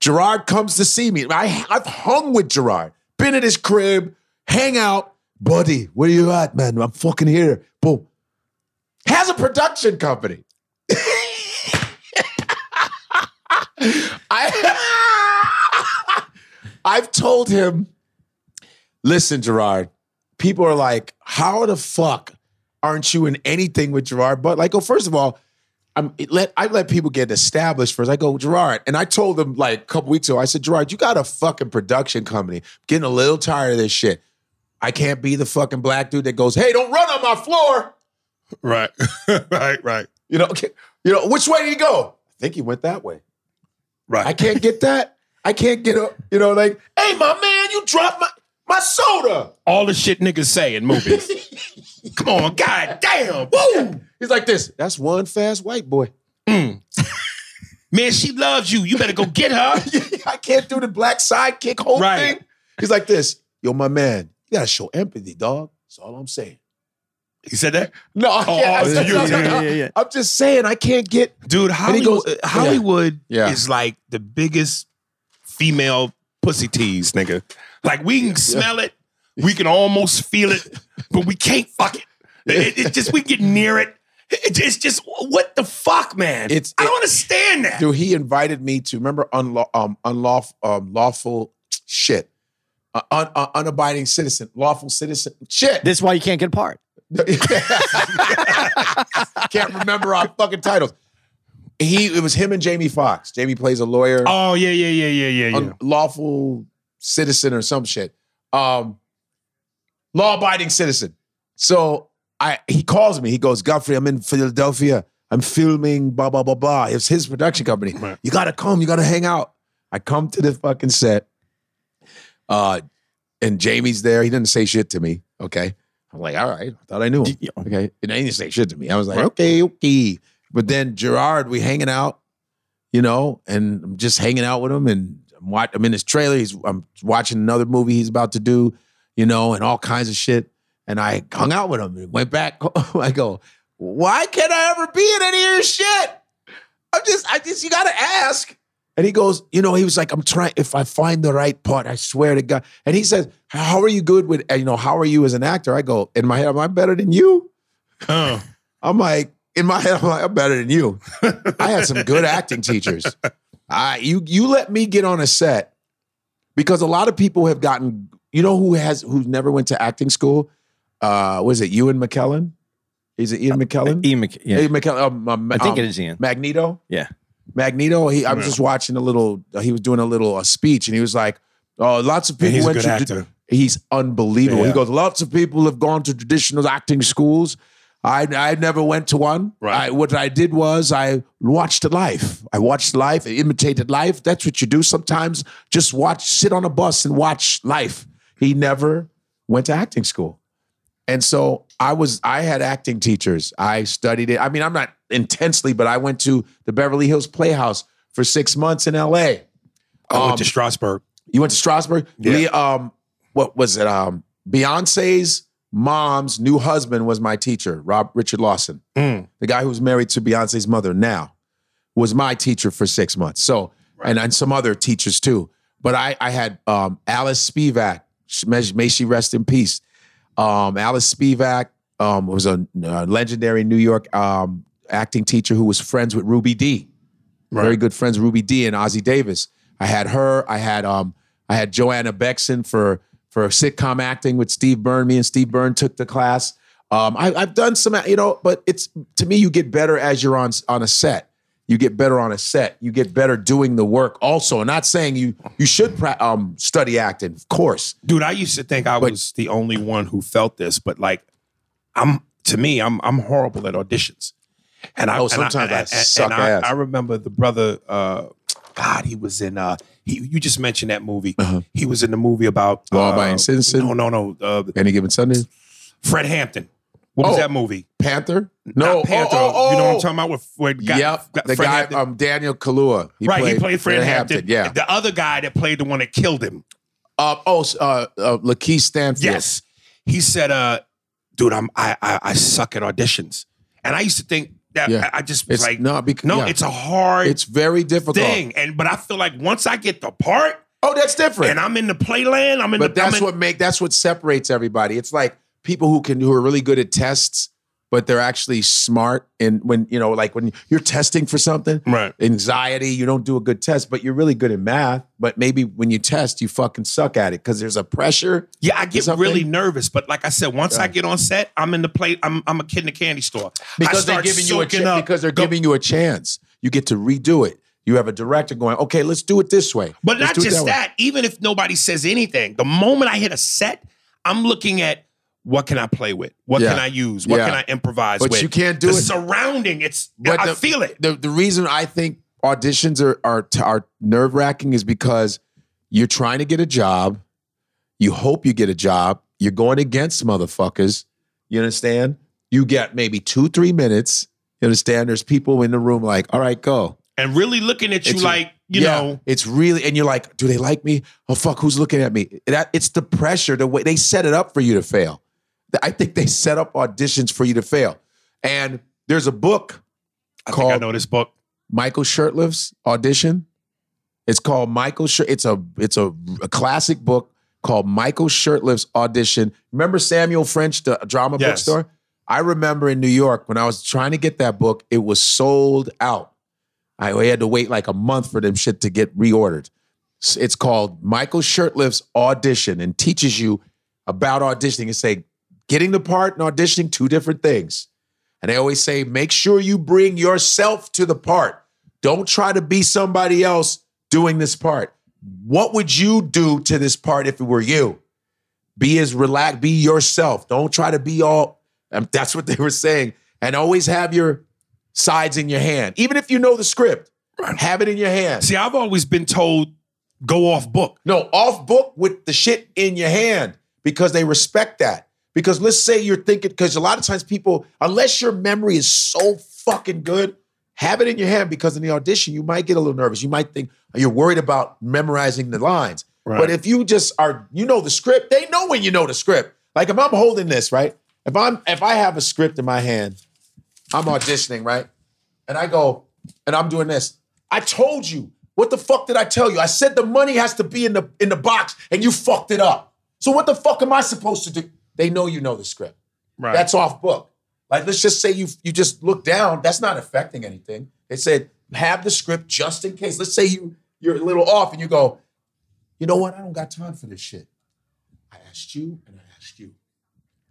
Gerard comes to see me. I I've hung with Gerard, been at his crib, hang out, buddy. Where you at, man? I'm fucking here. Boom. Has a production company. I I've told him, listen, Gerard, people are like, how the fuck aren't you in anything with Gerard? But like, oh, first of all, I'm it let I let people get established first. I go, Gerard, and I told him like a couple weeks ago, I said, Gerard, you got a fucking production company. getting a little tired of this shit. I can't be the fucking black dude that goes, hey, don't run on my floor. Right. right, right. You know, okay, you know, which way did he go? I think he went that way. Right. I can't get that. I can't get up, you know, like, hey, my man, you dropped my my soda. All the shit niggas say in movies. Come on, god damn. Woo! He's like this. That's one fast white boy. Man, she loves you. You better go get her. I can't do the black sidekick whole Right. thing. He's like this, yo, my man, you gotta show empathy, dog. That's all I'm saying. He said that? No, I Oh, can't- I oh, it's said- you. Yeah, yeah, yeah. I'm just saying, I can't get. Dude, And he Hollywood, goes- uh, Hollywood Yeah. is like the biggest female pussy tease, nigga. Like we can smell it, we can almost feel it, but we can't fuck it. It, it just we get near it. It- It's just what the fuck, man. It's- I don't understand that. Dude, he invited me to remember unlaw, um, unlawful, um, lawful shit, uh, un, uh, unabiding citizen, lawful citizen, shit. This is why you can't get a part. Can't remember our fucking titles. He it was him and Jamie Foxx. Jamie plays a lawyer. Oh yeah, yeah, yeah, yeah, yeah, yeah. lawful citizen or some shit. Um, law-abiding citizen. So I he calls me. He goes, Godfrey, I'm in Philadelphia. I'm filming blah blah blah blah. It's his production company. You gotta come. You gotta hang out. I come to the fucking set. Uh, and Jamie's there. He didn't say shit to me. Okay. I'm like, all right. I thought I knew him. Okay. And he didn't say shit to me. I was like, okay, okay. But then Gerard, we hanging out, you know, and I'm just hanging out with him and I'm, watch- I'm in his trailer. He's I'm watching another movie he's about to do, you know, and all kinds of shit. And I hung out with him and went back. I go, why can't I ever be in any of your shit? I'm just, I just, you gotta ask. And he goes, you know, he was like, I'm trying, if I find the right part, I swear to God. And he says, How are you good with, you know, how are you as an actor? I go, In my head, am I better than you? Huh. I'm like, In my head, I'm like, I'm better than you. I had some good acting teachers. I, you, you let me get on a set because a lot of people have gotten, you know, who has, who never went to acting school? Uh, was it Ewan McKellen? Is it Ian McKellen? Uh, Ian Mc- yeah. Ian McKellen. um, um, I think um, it is Ian. Magneto. Yeah. Magneto, he, I was Yeah. just watching a little, he was doing a little uh, speech and he was like, oh, lots of people he's a went good to. actor. He's unbelievable. He Yeah. goes, lots of people have gone to traditional acting schools. I, I never went to one. Right. I, what I did was I watched life. I watched life, I imitated life. That's what you do sometimes. Just watch, sit on a bus and watch life. He never went to acting school. And so I was, I had acting teachers. I studied it. I mean, I'm not intensely, but I went to the Beverly Hills Playhouse for six months in LA. I went Um, to Strasbourg. you went to Strasbourg? Yeah. Lee, um, what was it? Um, Beyonce's mom's new husband was my teacher, Rob Richard Lawson. Mm. The guy who was married to Beyonce's mother now was my teacher for six months. So, and, and some other teachers too. But I, I had um, Alice Spivak, sh- may, may she rest in peace. Um, Alice Spivak um, was a uh, legendary New York um, acting teacher who was friends with Ruby Dee very good friends, Ruby D and Ozzie Davis. I had her. I had um, I had Joanna Bexon for for sitcom acting with Steve Byrne. Me and Steve Byrne took the class. Um, I, I've done some, you know, but it's to me, you get better as you're on on a set. You get better on a set. You get better doing the work. Also, and not saying you you should pra- um, study acting, of course. Dude, I used to think I was the only one who felt this, but like I'm to me, I'm I'm horrible at auditions. And I Oh, and sometimes I and- and suck I, ass. I remember the brother uh God, he was in uh he you just mentioned that movie. He was in the movie about Uh-huh. Law uh, Abiding Citizen? No, no, no. Uh, Any given Sunday, Fred Hampton. What was Oh. that movie? Panther. Not No, Panther. Oh, oh, You know what oh. I'm talking about? With, with guy- yep, got the Fred guy, Hampton. um, Daniel Kalua. right, he played Fred, Hampton. Yeah. The other guy that played the one that killed him. Uh, oh, uh, uh, Lakeith Stanfield. Yes. He said, uh, dude, I'm I I, I suck at auditions, and I used to think that Yeah. I, I just It's- like no, bec- no, yeah. it's a hard, It's very difficult. thing, and but I feel like once I get the part, oh, that's different, and I'm in the playland, I'm in but the that's I'm in- what make that's what separates everybody. It's like people who can who are really good at tests, but they're actually smart. And when you know, like when you're testing for something, right? Anxiety, you don't do a good test, but you're really good at math. But maybe when you test, you fucking suck at it because there's a pressure. Yeah, I get something. really nervous, but like I said, once I get on set, I'm in the play. I'm, I'm a kid in a candy store. I because they're start giving you a soaking chance. up. Because they're giving you a chance. You get to redo it. You have a director going, okay, let's do it this way. But Let's not do it just way." that, even if nobody says anything, the moment I hit a set, I'm looking at what can I play with? What Yeah. can I use? What Yeah. can I improvise But with? you can't do the it. surrounding, it's I the- feel it. The, the reason I think auditions are are, are nerve wracking is because you're trying to get a job. You hope you get a job. You're going against motherfuckers. You understand? You get maybe two, three minutes. You understand? There's people in the room like, all right, go. And really looking at you It's- like, you yeah, know, it's really, and you're like, do they like me? Oh fuck, who's looking at me? That it's the pressure. The way they set it up for you to fail. I think they set up auditions for you to fail. And there's a book I called think I know this book. Michael Shirtliff's audition. It's called Michael. Shir- it's a it's a, a classic book called Michael Shirtliff's audition. Remember Samuel French, the drama Yes. bookstore? I remember in New York when I was trying to get that book, it was sold out. I we had to wait like a month for them shit to get reordered. S- It's called Michael Shirtliff's audition and teaches you about auditioning. It's like getting the part and auditioning two different things. And they always say, make sure you bring yourself to the part. Don't try to be somebody else doing this part. What would you do to this part if it were you? Be as relaxed, be yourself. Don't try to be all, um, that's what they were saying. And always have your sides in your hand. Even if you know the script, have it in your hand. See, I've always been told go off book. No, off book with the shit in your hand because they respect that. Because let's say you're thinking, because a lot of times people, unless your memory is so fucking good, have it in your hand because in the audition, you might get a little nervous. You might think you're worried about memorizing the lines. Right. But if you just are, you know the script, they know when you know the script. Like if I'm holding this, right? If I'm if I have a script in my hand, I'm auditioning, right? And I go, and I'm doing this. I told you. What the fuck did I tell you? I said the money has to be in the in the box, and you fucked it up. So what the fuck am I supposed to do? They know you know the script. Right. That's off book. Like let's just say you you just look down. That's not affecting anything. They said have the script just in case. Let's say you you're a little off, and you go, you know what? I don't got time for this shit. I asked you, and I asked you,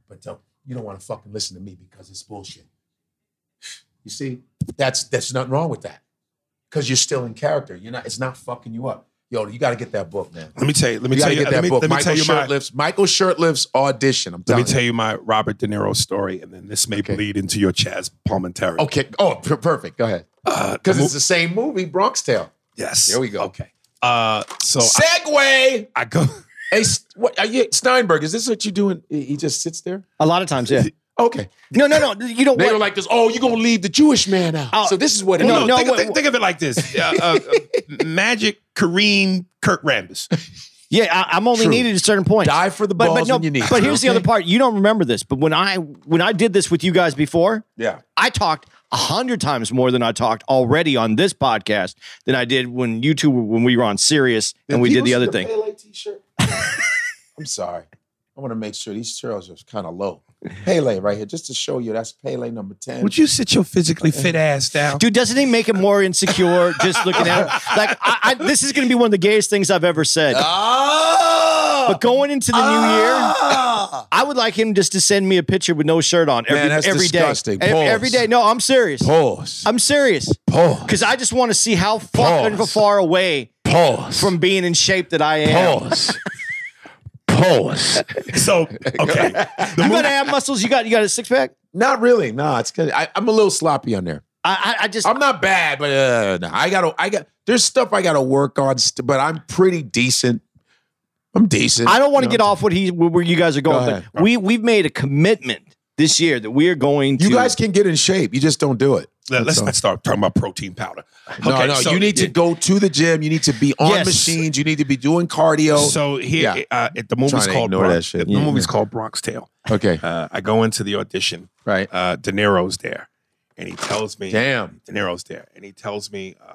but don't you don't want to fucking listen to me because it's bullshit. You see, that's that's nothing wrong with that. Cause you're still in character. You're not. It's not fucking you up. Yo, you got to get that book, man. Let me tell you, let me You tell gotta you, get that let me, book. let me Michael tell you my, Shirtliff's Michael Shirtliff's audition. I'm let me telling tell you my Robert De Niro story, and then this may bleed into your Chaz Palminteri. Uh, Okay. Oh, per- perfect. Go ahead. Because it's the same movie, Bronx Tale. Yes. There we go. Okay. Uh, so I, Segway. I go. Hey, S- what are you, Steinberg? Is this what you're doing? He he just sits there. A lot of times, yeah. Okay. No, no, no. You know They were what? like this. Oh, you're gonna leave the Jewish man out. Oh, so this is what it Well, no, is. no, think, what- think- think of it like this: uh, uh, uh, Magic, Kareem, Kirk Rambis. Yeah, I, I'm only True. needed at certain points. Die for the but, balls but no, when you need. But to, here's the okay? other part. You don't remember this, but when I when I did this with you guys before, Yeah. I talked a hundred times more than I talked already on this podcast than I did when you two were, when we were on Sirius and we did people the see other thing. Pele t-shirt? I'm sorry. I want to make sure these trails are kind of low. Pele right here, just to show you that's Pele number 10. Would you sit your physically fit ass down? Dude, doesn't he make him more insecure just looking at him? Like, I, I, this is going to be one of the gayest things I've ever said. Oh! But going into the new year, Ah! I would like him just to send me a picture with no shirt on every, Man, that's every day. disgusting. Ev- Pause. Every day. No, I'm serious. Pause. I'm serious. Pause. Because I just want to see how fucking Pause. far away Pause. from being in shape that I am. Pause. Pause. So okay, the You movie- gotta have muscles. You got you got a six pack. Not really. No, it's good. I, I'm a little sloppy on there. I, I I just I'm not bad, but uh, no, I gotta. I got. There's stuff I gotta work on, st- but I'm pretty decent. I'm decent. I don't want to You get know? off what he where you guys are going. Go Like, ahead. we we've made a commitment this year that we are going to. You guys can get in shape. You just don't do it. Let, us So- not start talking about protein powder. No, Okay, no. so- you need to go to the gym. You need to be on Yes. machines. You need to be doing cardio. So here, uh, it- the movie's Trying to called ignore Bronx. that shit. The Yeah. movie's called Bronx Tale. Okay. Uh, I go into the audition. Right. Uh, De Niro's there, and he tells me, Damn. De Niro's there, and he tells me, uh,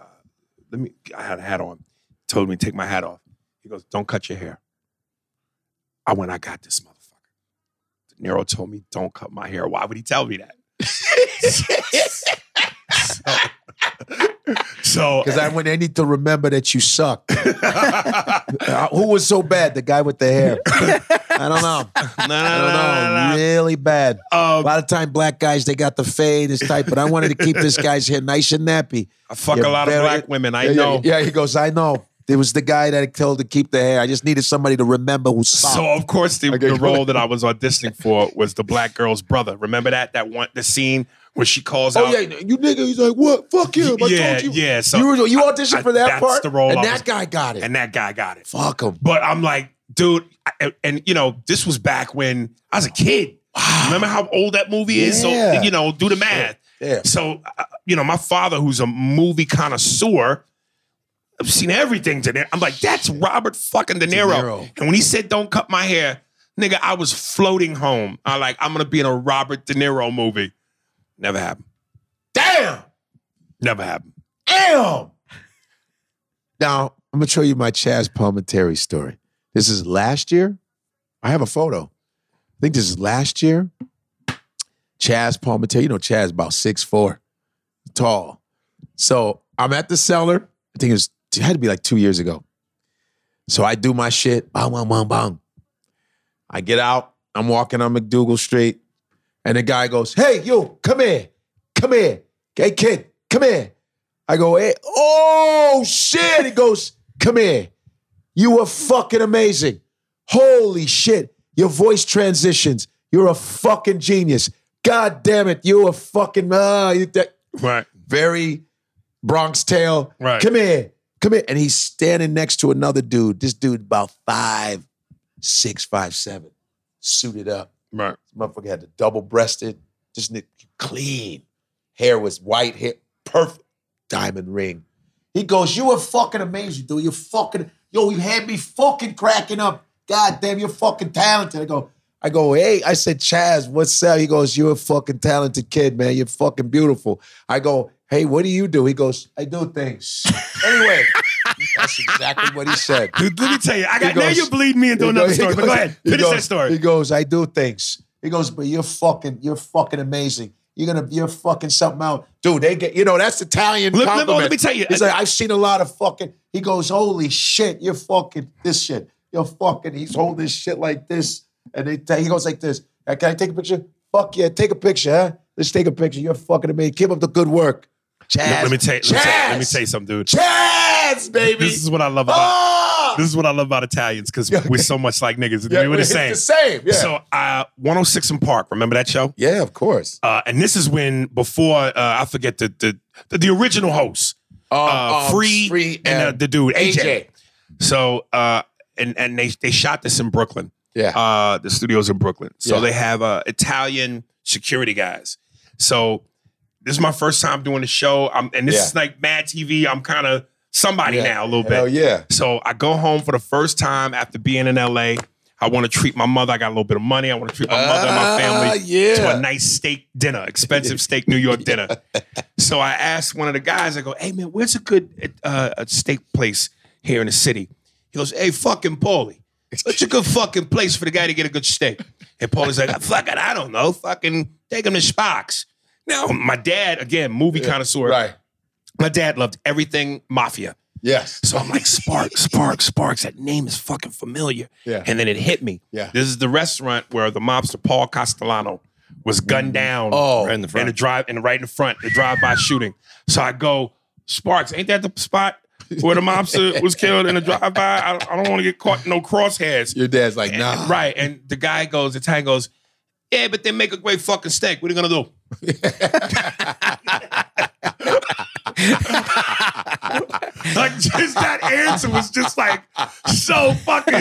"Let me." I had a hat on. Told me to take my hat off. He goes, "Don't cut your hair." I went, "I got this, motherfucker." De Niro told me, "Don't cut my hair." Why would he tell me that? so because I when I need to remember that you suck. Uh, who was so bad? The guy with the hair. I don't know. I don't know. Really bad. a lot of time, black guys they got the fade is tight, but I wanted to keep this guy's hair nice and nappy. I fuck You're a lot of very- black women. I Yeah, yeah, know. Yeah, he goes. I know. It was the guy that I told to keep the hair. I just needed somebody to remember who sucked. So of course the, the go role that I was auditioning for was the black girl's brother. Remember that that one the scene where she calls Oh out. yeah, you nigga. He's like, what? Fuck you. I yeah, told you. yeah. So you, were, you auditioned I- for that that's part. the role, and I that was- guy got it. and that guy got it. Fuck him. But I'm like, dude, I, and you know, this was back when I was a kid. Remember how old that movie is? Yeah. So you know, do the math. Yeah. So uh, you know, my father, who's a movie connoisseur, I've seen everything to there. I'm like, that's Robert fucking De Niro. And when he said, "Don't cut my hair," nigga, I was floating home. I like, I'm gonna be in a Robert De Niro movie. Never happened. Damn. Never happened. Damn. Now I'm gonna show you my Chaz Palminteri story. This is last year. I have a photo. I think this is last year. Chaz Palminteri. You know Chaz about six four, tall. So I'm at the cellar. I think it was it had to be like two years ago. So I do my shit. Bang bang bang bang. I get out. I'm walking on McDougal Street, and the guy goes, "Hey, you, come here, come here, hey kid, come here." I go, hey, oh shit. He goes, come here. You were fucking amazing. Holy shit. Your voice transitions. You're a fucking genius. God damn it. You a fucking, uh, you that right. very Bronx tail. Right. Come here. Come here. And he's standing next to another dude. This dude about five, six, five, seven, suited up. Right. This motherfucker had the double breasted, just ni- clean. Hair was white, hair, perfect diamond ring. He goes, You were fucking amazing, dude. You're fucking, yo, you had me fucking cracking up. God damn, you're fucking talented. I go, I go, hey, I said, Chaz, what's up? He goes, You're a fucking talented kid, man. You're fucking beautiful. I go, Hey, what do you do? He goes, I do things. anyway, that's exactly what he said. Dude, let me tell you, I got He now goes- you're bleeding me into he another goes- he story. But goes- go ahead. he Finish goes- that story. He goes, I do things. He goes, but you're fucking, you're fucking amazing. You're gonna, you're fucking something out, dude. They get, you know, that's Italian. Let- let- compliment. let me tell you- He's like, I've seen a lot of fucking. He goes, holy shit, you're fucking this shit. You're fucking. He's holding his shit like this, and they, ta- he goes like this. "Uh, Can I take a picture? Fuck yeah, take a picture, huh? Let's take a picture. You're fucking amazing. Keep up the good work, Chaz. Let, let me tell you, let me tell you- let me Chaz! tell you something, dude. Chaz, baby. Ah! This is what I love about this is what I love about Italians because we're so much like niggas. we were the it's same. the same, yeah. So uh, 106 in Park. Remember that show? Yeah, of course. Uh, and this is when before uh, I forget the the the, the original host, uh, um, Free, Free and uh, and the dude AJ. AJ. So uh, and and they they shot this in Brooklyn. Yeah. Uh, the studios in Brooklyn. So Yeah. they have uh, Italian security guys. So this is my first time doing the show. I'm, and this Yeah. is like Mad TV. I'm kind of somebody Yeah. now a little bit. Hell yeah. So I go home for the first time after being in LA. I want to treat my mother. I got a little bit of money. I want to treat my mother and my Ah, family yeah. to a nice steak dinner, expensive steak New York dinner. So I asked one of the guys. I go, "Hey man, where's a good uh, a steak place here in the city?" He goes, "Hey, fucking Paulie, what's a good fucking place for the guy to get a good steak?" And Paulie's like, "Fuck it, I don't know. Fucking take him to Spock's." Now, my dad, again, movie connoisseur. Right. My dad loved everything mafia. Yes. So I'm like, Spark, Spark, Sparks. That name is fucking familiar. Yeah. And then it hit me. Yeah. This is the restaurant where the mobster Paul Castellano was gunned down. Oh. right in the front. And drive and right in the front, the drive-by shooting. So I go, Sparks, ain't that the spot where the mobster was killed in the drive-by? I, I don't want to get caught in no crosshairs. Your dad's like, And- nah. Right. And the guy goes, the Italian goes, yeah, but they make a great fucking steak. What are you gonna do? like just that answer was just like so fucking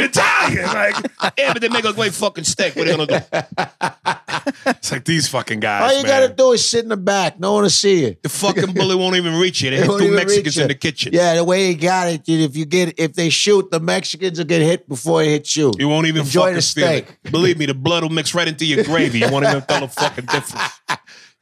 Italian. Like, yeah, but they make a great fucking steak. What are you gonna do? it's like these fucking guys. All you man. gotta do is sit in the back. No one will see you. The fucking bullet won't even reach you. They It hit won't two even Mexicans reach you. in the kitchen. Yeah, the way he got it, dude, if you get if they shoot, the Mexicans will get hit before it hits you. You won't even enjoy fucking the steak. feel it. Believe me, the blood will mix right into your gravy. You won't even feel a fucking difference.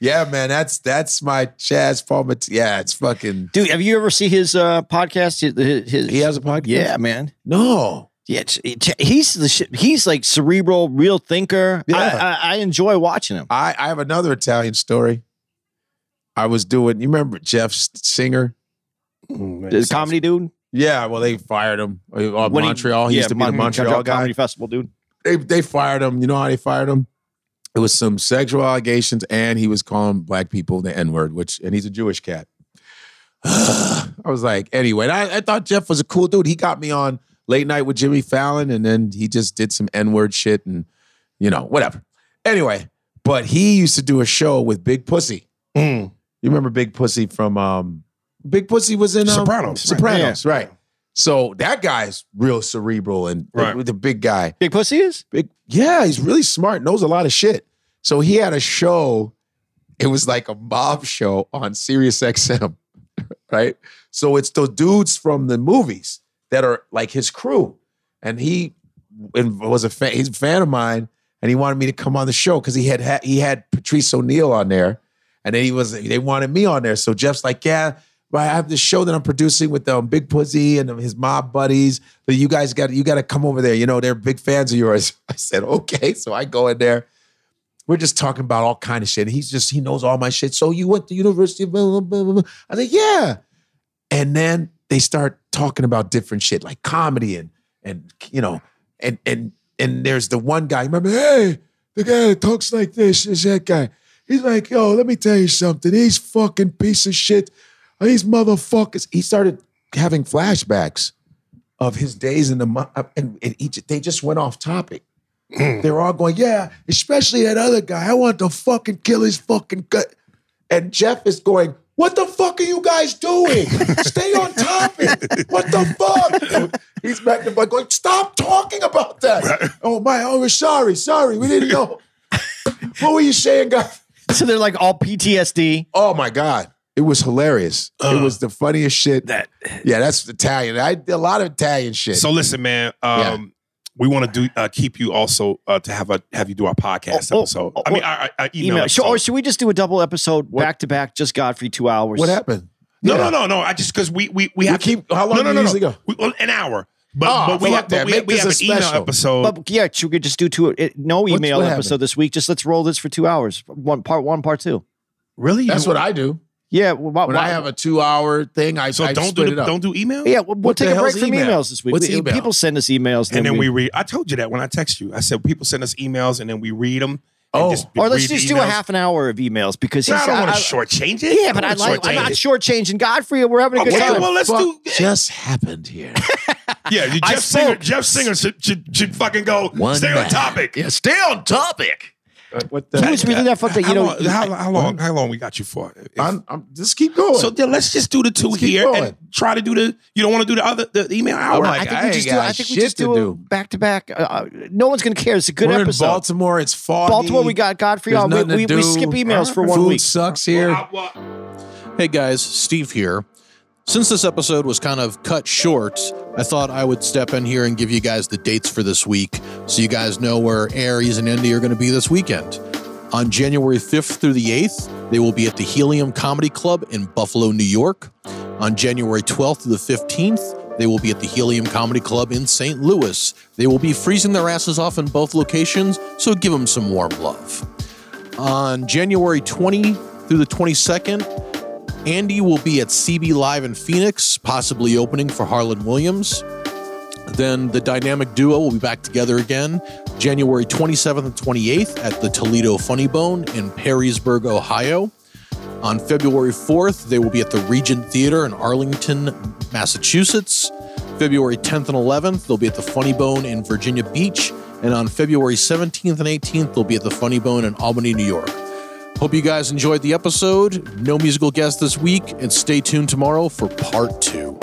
Yeah, man, that's that's my Chaz Palmer. yeah, it's fucking. Dude, have you ever seen his uh, podcast? His, his, he has a podcast. Yeah, man. No. Yeah, it's- it- he's the shit. He's like cerebral, real thinker. I- I, I, enjoy watching him. I, I have another Italian story. I was doing. You remember Jeff Singer, the comedy dude? Yeah, well, they fired him. Uh, When he- Montreal. He, yeah, used to be the Mon- Montreal Montreal guy. Comedy Festival dude. They they fired him. You know how they fired him? It was some sexual allegations, and he was calling black people the N word, which and he's a Jewish cat. I was like, anyway, and I, I thought Jeff was a cool dude. He got me on late night with Jimmy Fallon, and then he just did some N word shit and, you know, whatever. Anyway, but he used to do a show with Big Pussy. Mm. You remember Big Pussy from um, Big Pussy was in um, Sopranos. Sopranos, right. So that guy's real cerebral and Right. the, the big guy. Big Pussy is? Big, yeah, he's really smart, knows a lot of shit. So he had a show, it was like a mob show on Sirius XM right? So it's the dudes from the movies that are like his crew, and he and was a fan. He's a fan of mine, and he wanted me to come on the show because he had, had he had Patrice O'Neill on there, and then he was they wanted me on there. So Jeff's like, yeah. Right, I have this show that I'm producing with um, Big Pussy and his mob buddies. But you guys got you got to come over there. You know they're big fans of yours. I said okay, so I go in there we're just talking about all kind of shit. And he's just, he knows all my shit. So you went to university, blah, blah, blah, blah, blah. I said, yeah. And then they start talking about different shit, like comedy and and you know, and and and there's the one guy, remember, hey, the guy that talks like this is that guy. He's like, yo, let me tell you something. He's fucking piece of shit. These motherfuckers. He started having flashbacks of his days in the mo- uh, and, and he, ju- they just went off topic. They're all going, yeah, especially that other guy. I want to fucking kill his fucking gut. And Jeff is going, what the fuck are you guys doing? Stay on topic. What the fuck? He's back to back going, stop talking about that. oh my, oh, we're sorry, sorry, we didn't know. what were you saying, guys? So they're like all PTSD. Oh my god, it was hilarious. it was the funniest shit. That yeah, that's Italian. I did a lot of Italian shit. So listen, man. Um, Yeah. We want to do uh, keep you also uh, to have a have you do our Oh, podcast episode. I mean, our, our email. Email. Should- episode. or should we just do a double episode back to back? Just Godfrey, two hours. What happened? No, no, no, no. I just because we we we We have to- keep- how long No, no, do no, you no. usually go? We, well, an hour. But, Oh, but we fuck have to, that. we, Make we this have an a email special. episode. But yeah, should we just do two? uh, It, no What's- email what happened? episode this week. Just let's roll this for two hours. One part one, part two. Really? That's what I do. Yeah. Well, why- when I why- have a two-hour thing, I So I don't do split the- it up. don't do email? Yeah, we'll, we'll What the take a break hell's from email? emails this week. What's We- email? People send us emails, and then we, read. I told you that when I text you. I said people send us emails and then we read them. Oh, or let's just do a half an hour of emails because No, he's- I don't want to I- I- shortchange it. Yeah, but I like. I'm not shortchanging Godfrey. We're having a good Okay, time. well, let's do- Just happened here. Yeah, you- I Jeff Singer. Jeff Singer should, should, should fucking go. One stay on man. topic. Yeah, stay on topic. What He was really that fucked up, you How know, long, how, how long? How long we got you for? If- I'm, I'm just keep going. So then let's just do the 2 Let's keep here going. and try to do the. You don't want to do the other the email Oh hour. I think we just do. I think we just do back to back. uh, No one's going to care. It's a good We're episode. in Baltimore. It's foggy. Baltimore, we got Godfrey There's on. We- nothing to we- we do. skip emails for Our one food week. Sucks here. Hey guys, Steve here. Since this episode was kind of cut short, I thought I would step in here and give you guys the dates for this week so you guys know where Aries and Indy are going to be this weekend. On January 5th through the 8th, they will be at the Helium Comedy Club in Buffalo, New York. On January 12th through the 15th, they will be at the Helium Comedy Club in St. Louis. They will be freezing their asses off in both locations, so give them some warm love. On January 20 through the 22nd, Andy will be at CB Live in Phoenix, possibly opening for Harlan Williams. Then the dynamic duo will be back together again January 27th and 28th at the Toledo Funny Bone in Perrysburg, Ohio. On February 4th, they will be at the Regent Theater in Arlington, Massachusetts. February 10th and 11th, they'll be at the Funny Bone in Virginia Beach. And on February 17th and 18th, they'll be at the Funny Bone in Albany, New York. Hope you guys enjoyed the episode. No musical guest this week, and stay tuned tomorrow for part two.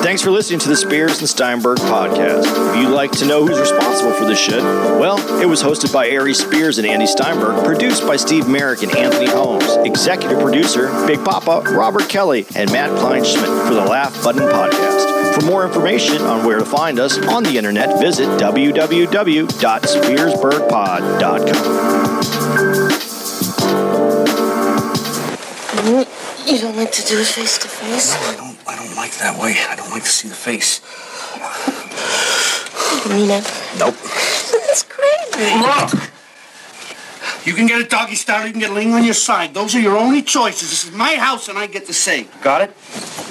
Thanks Thanks for listening to the Spears and Steinberg podcast. If you'd like to know who's responsible for this shit, well, it was hosted by Ari Spears and Andy Steinberg, produced by Steve Merrick and Anthony Holmes, executive producer Big Papa Robert Kelly and Matt Kleinschmidt for the Laugh Button podcast. For more information on where to find us on the internet, visit www.spearsbergpod.com. You don't like to do it face to face? I don't. I don't like that way. I don't like to see the face. You mean it? Nope. That's crazy. Look, you can get a doggy style. You can get a ling on your side. Those are your only choices. This is my house, and I get to say. Got it?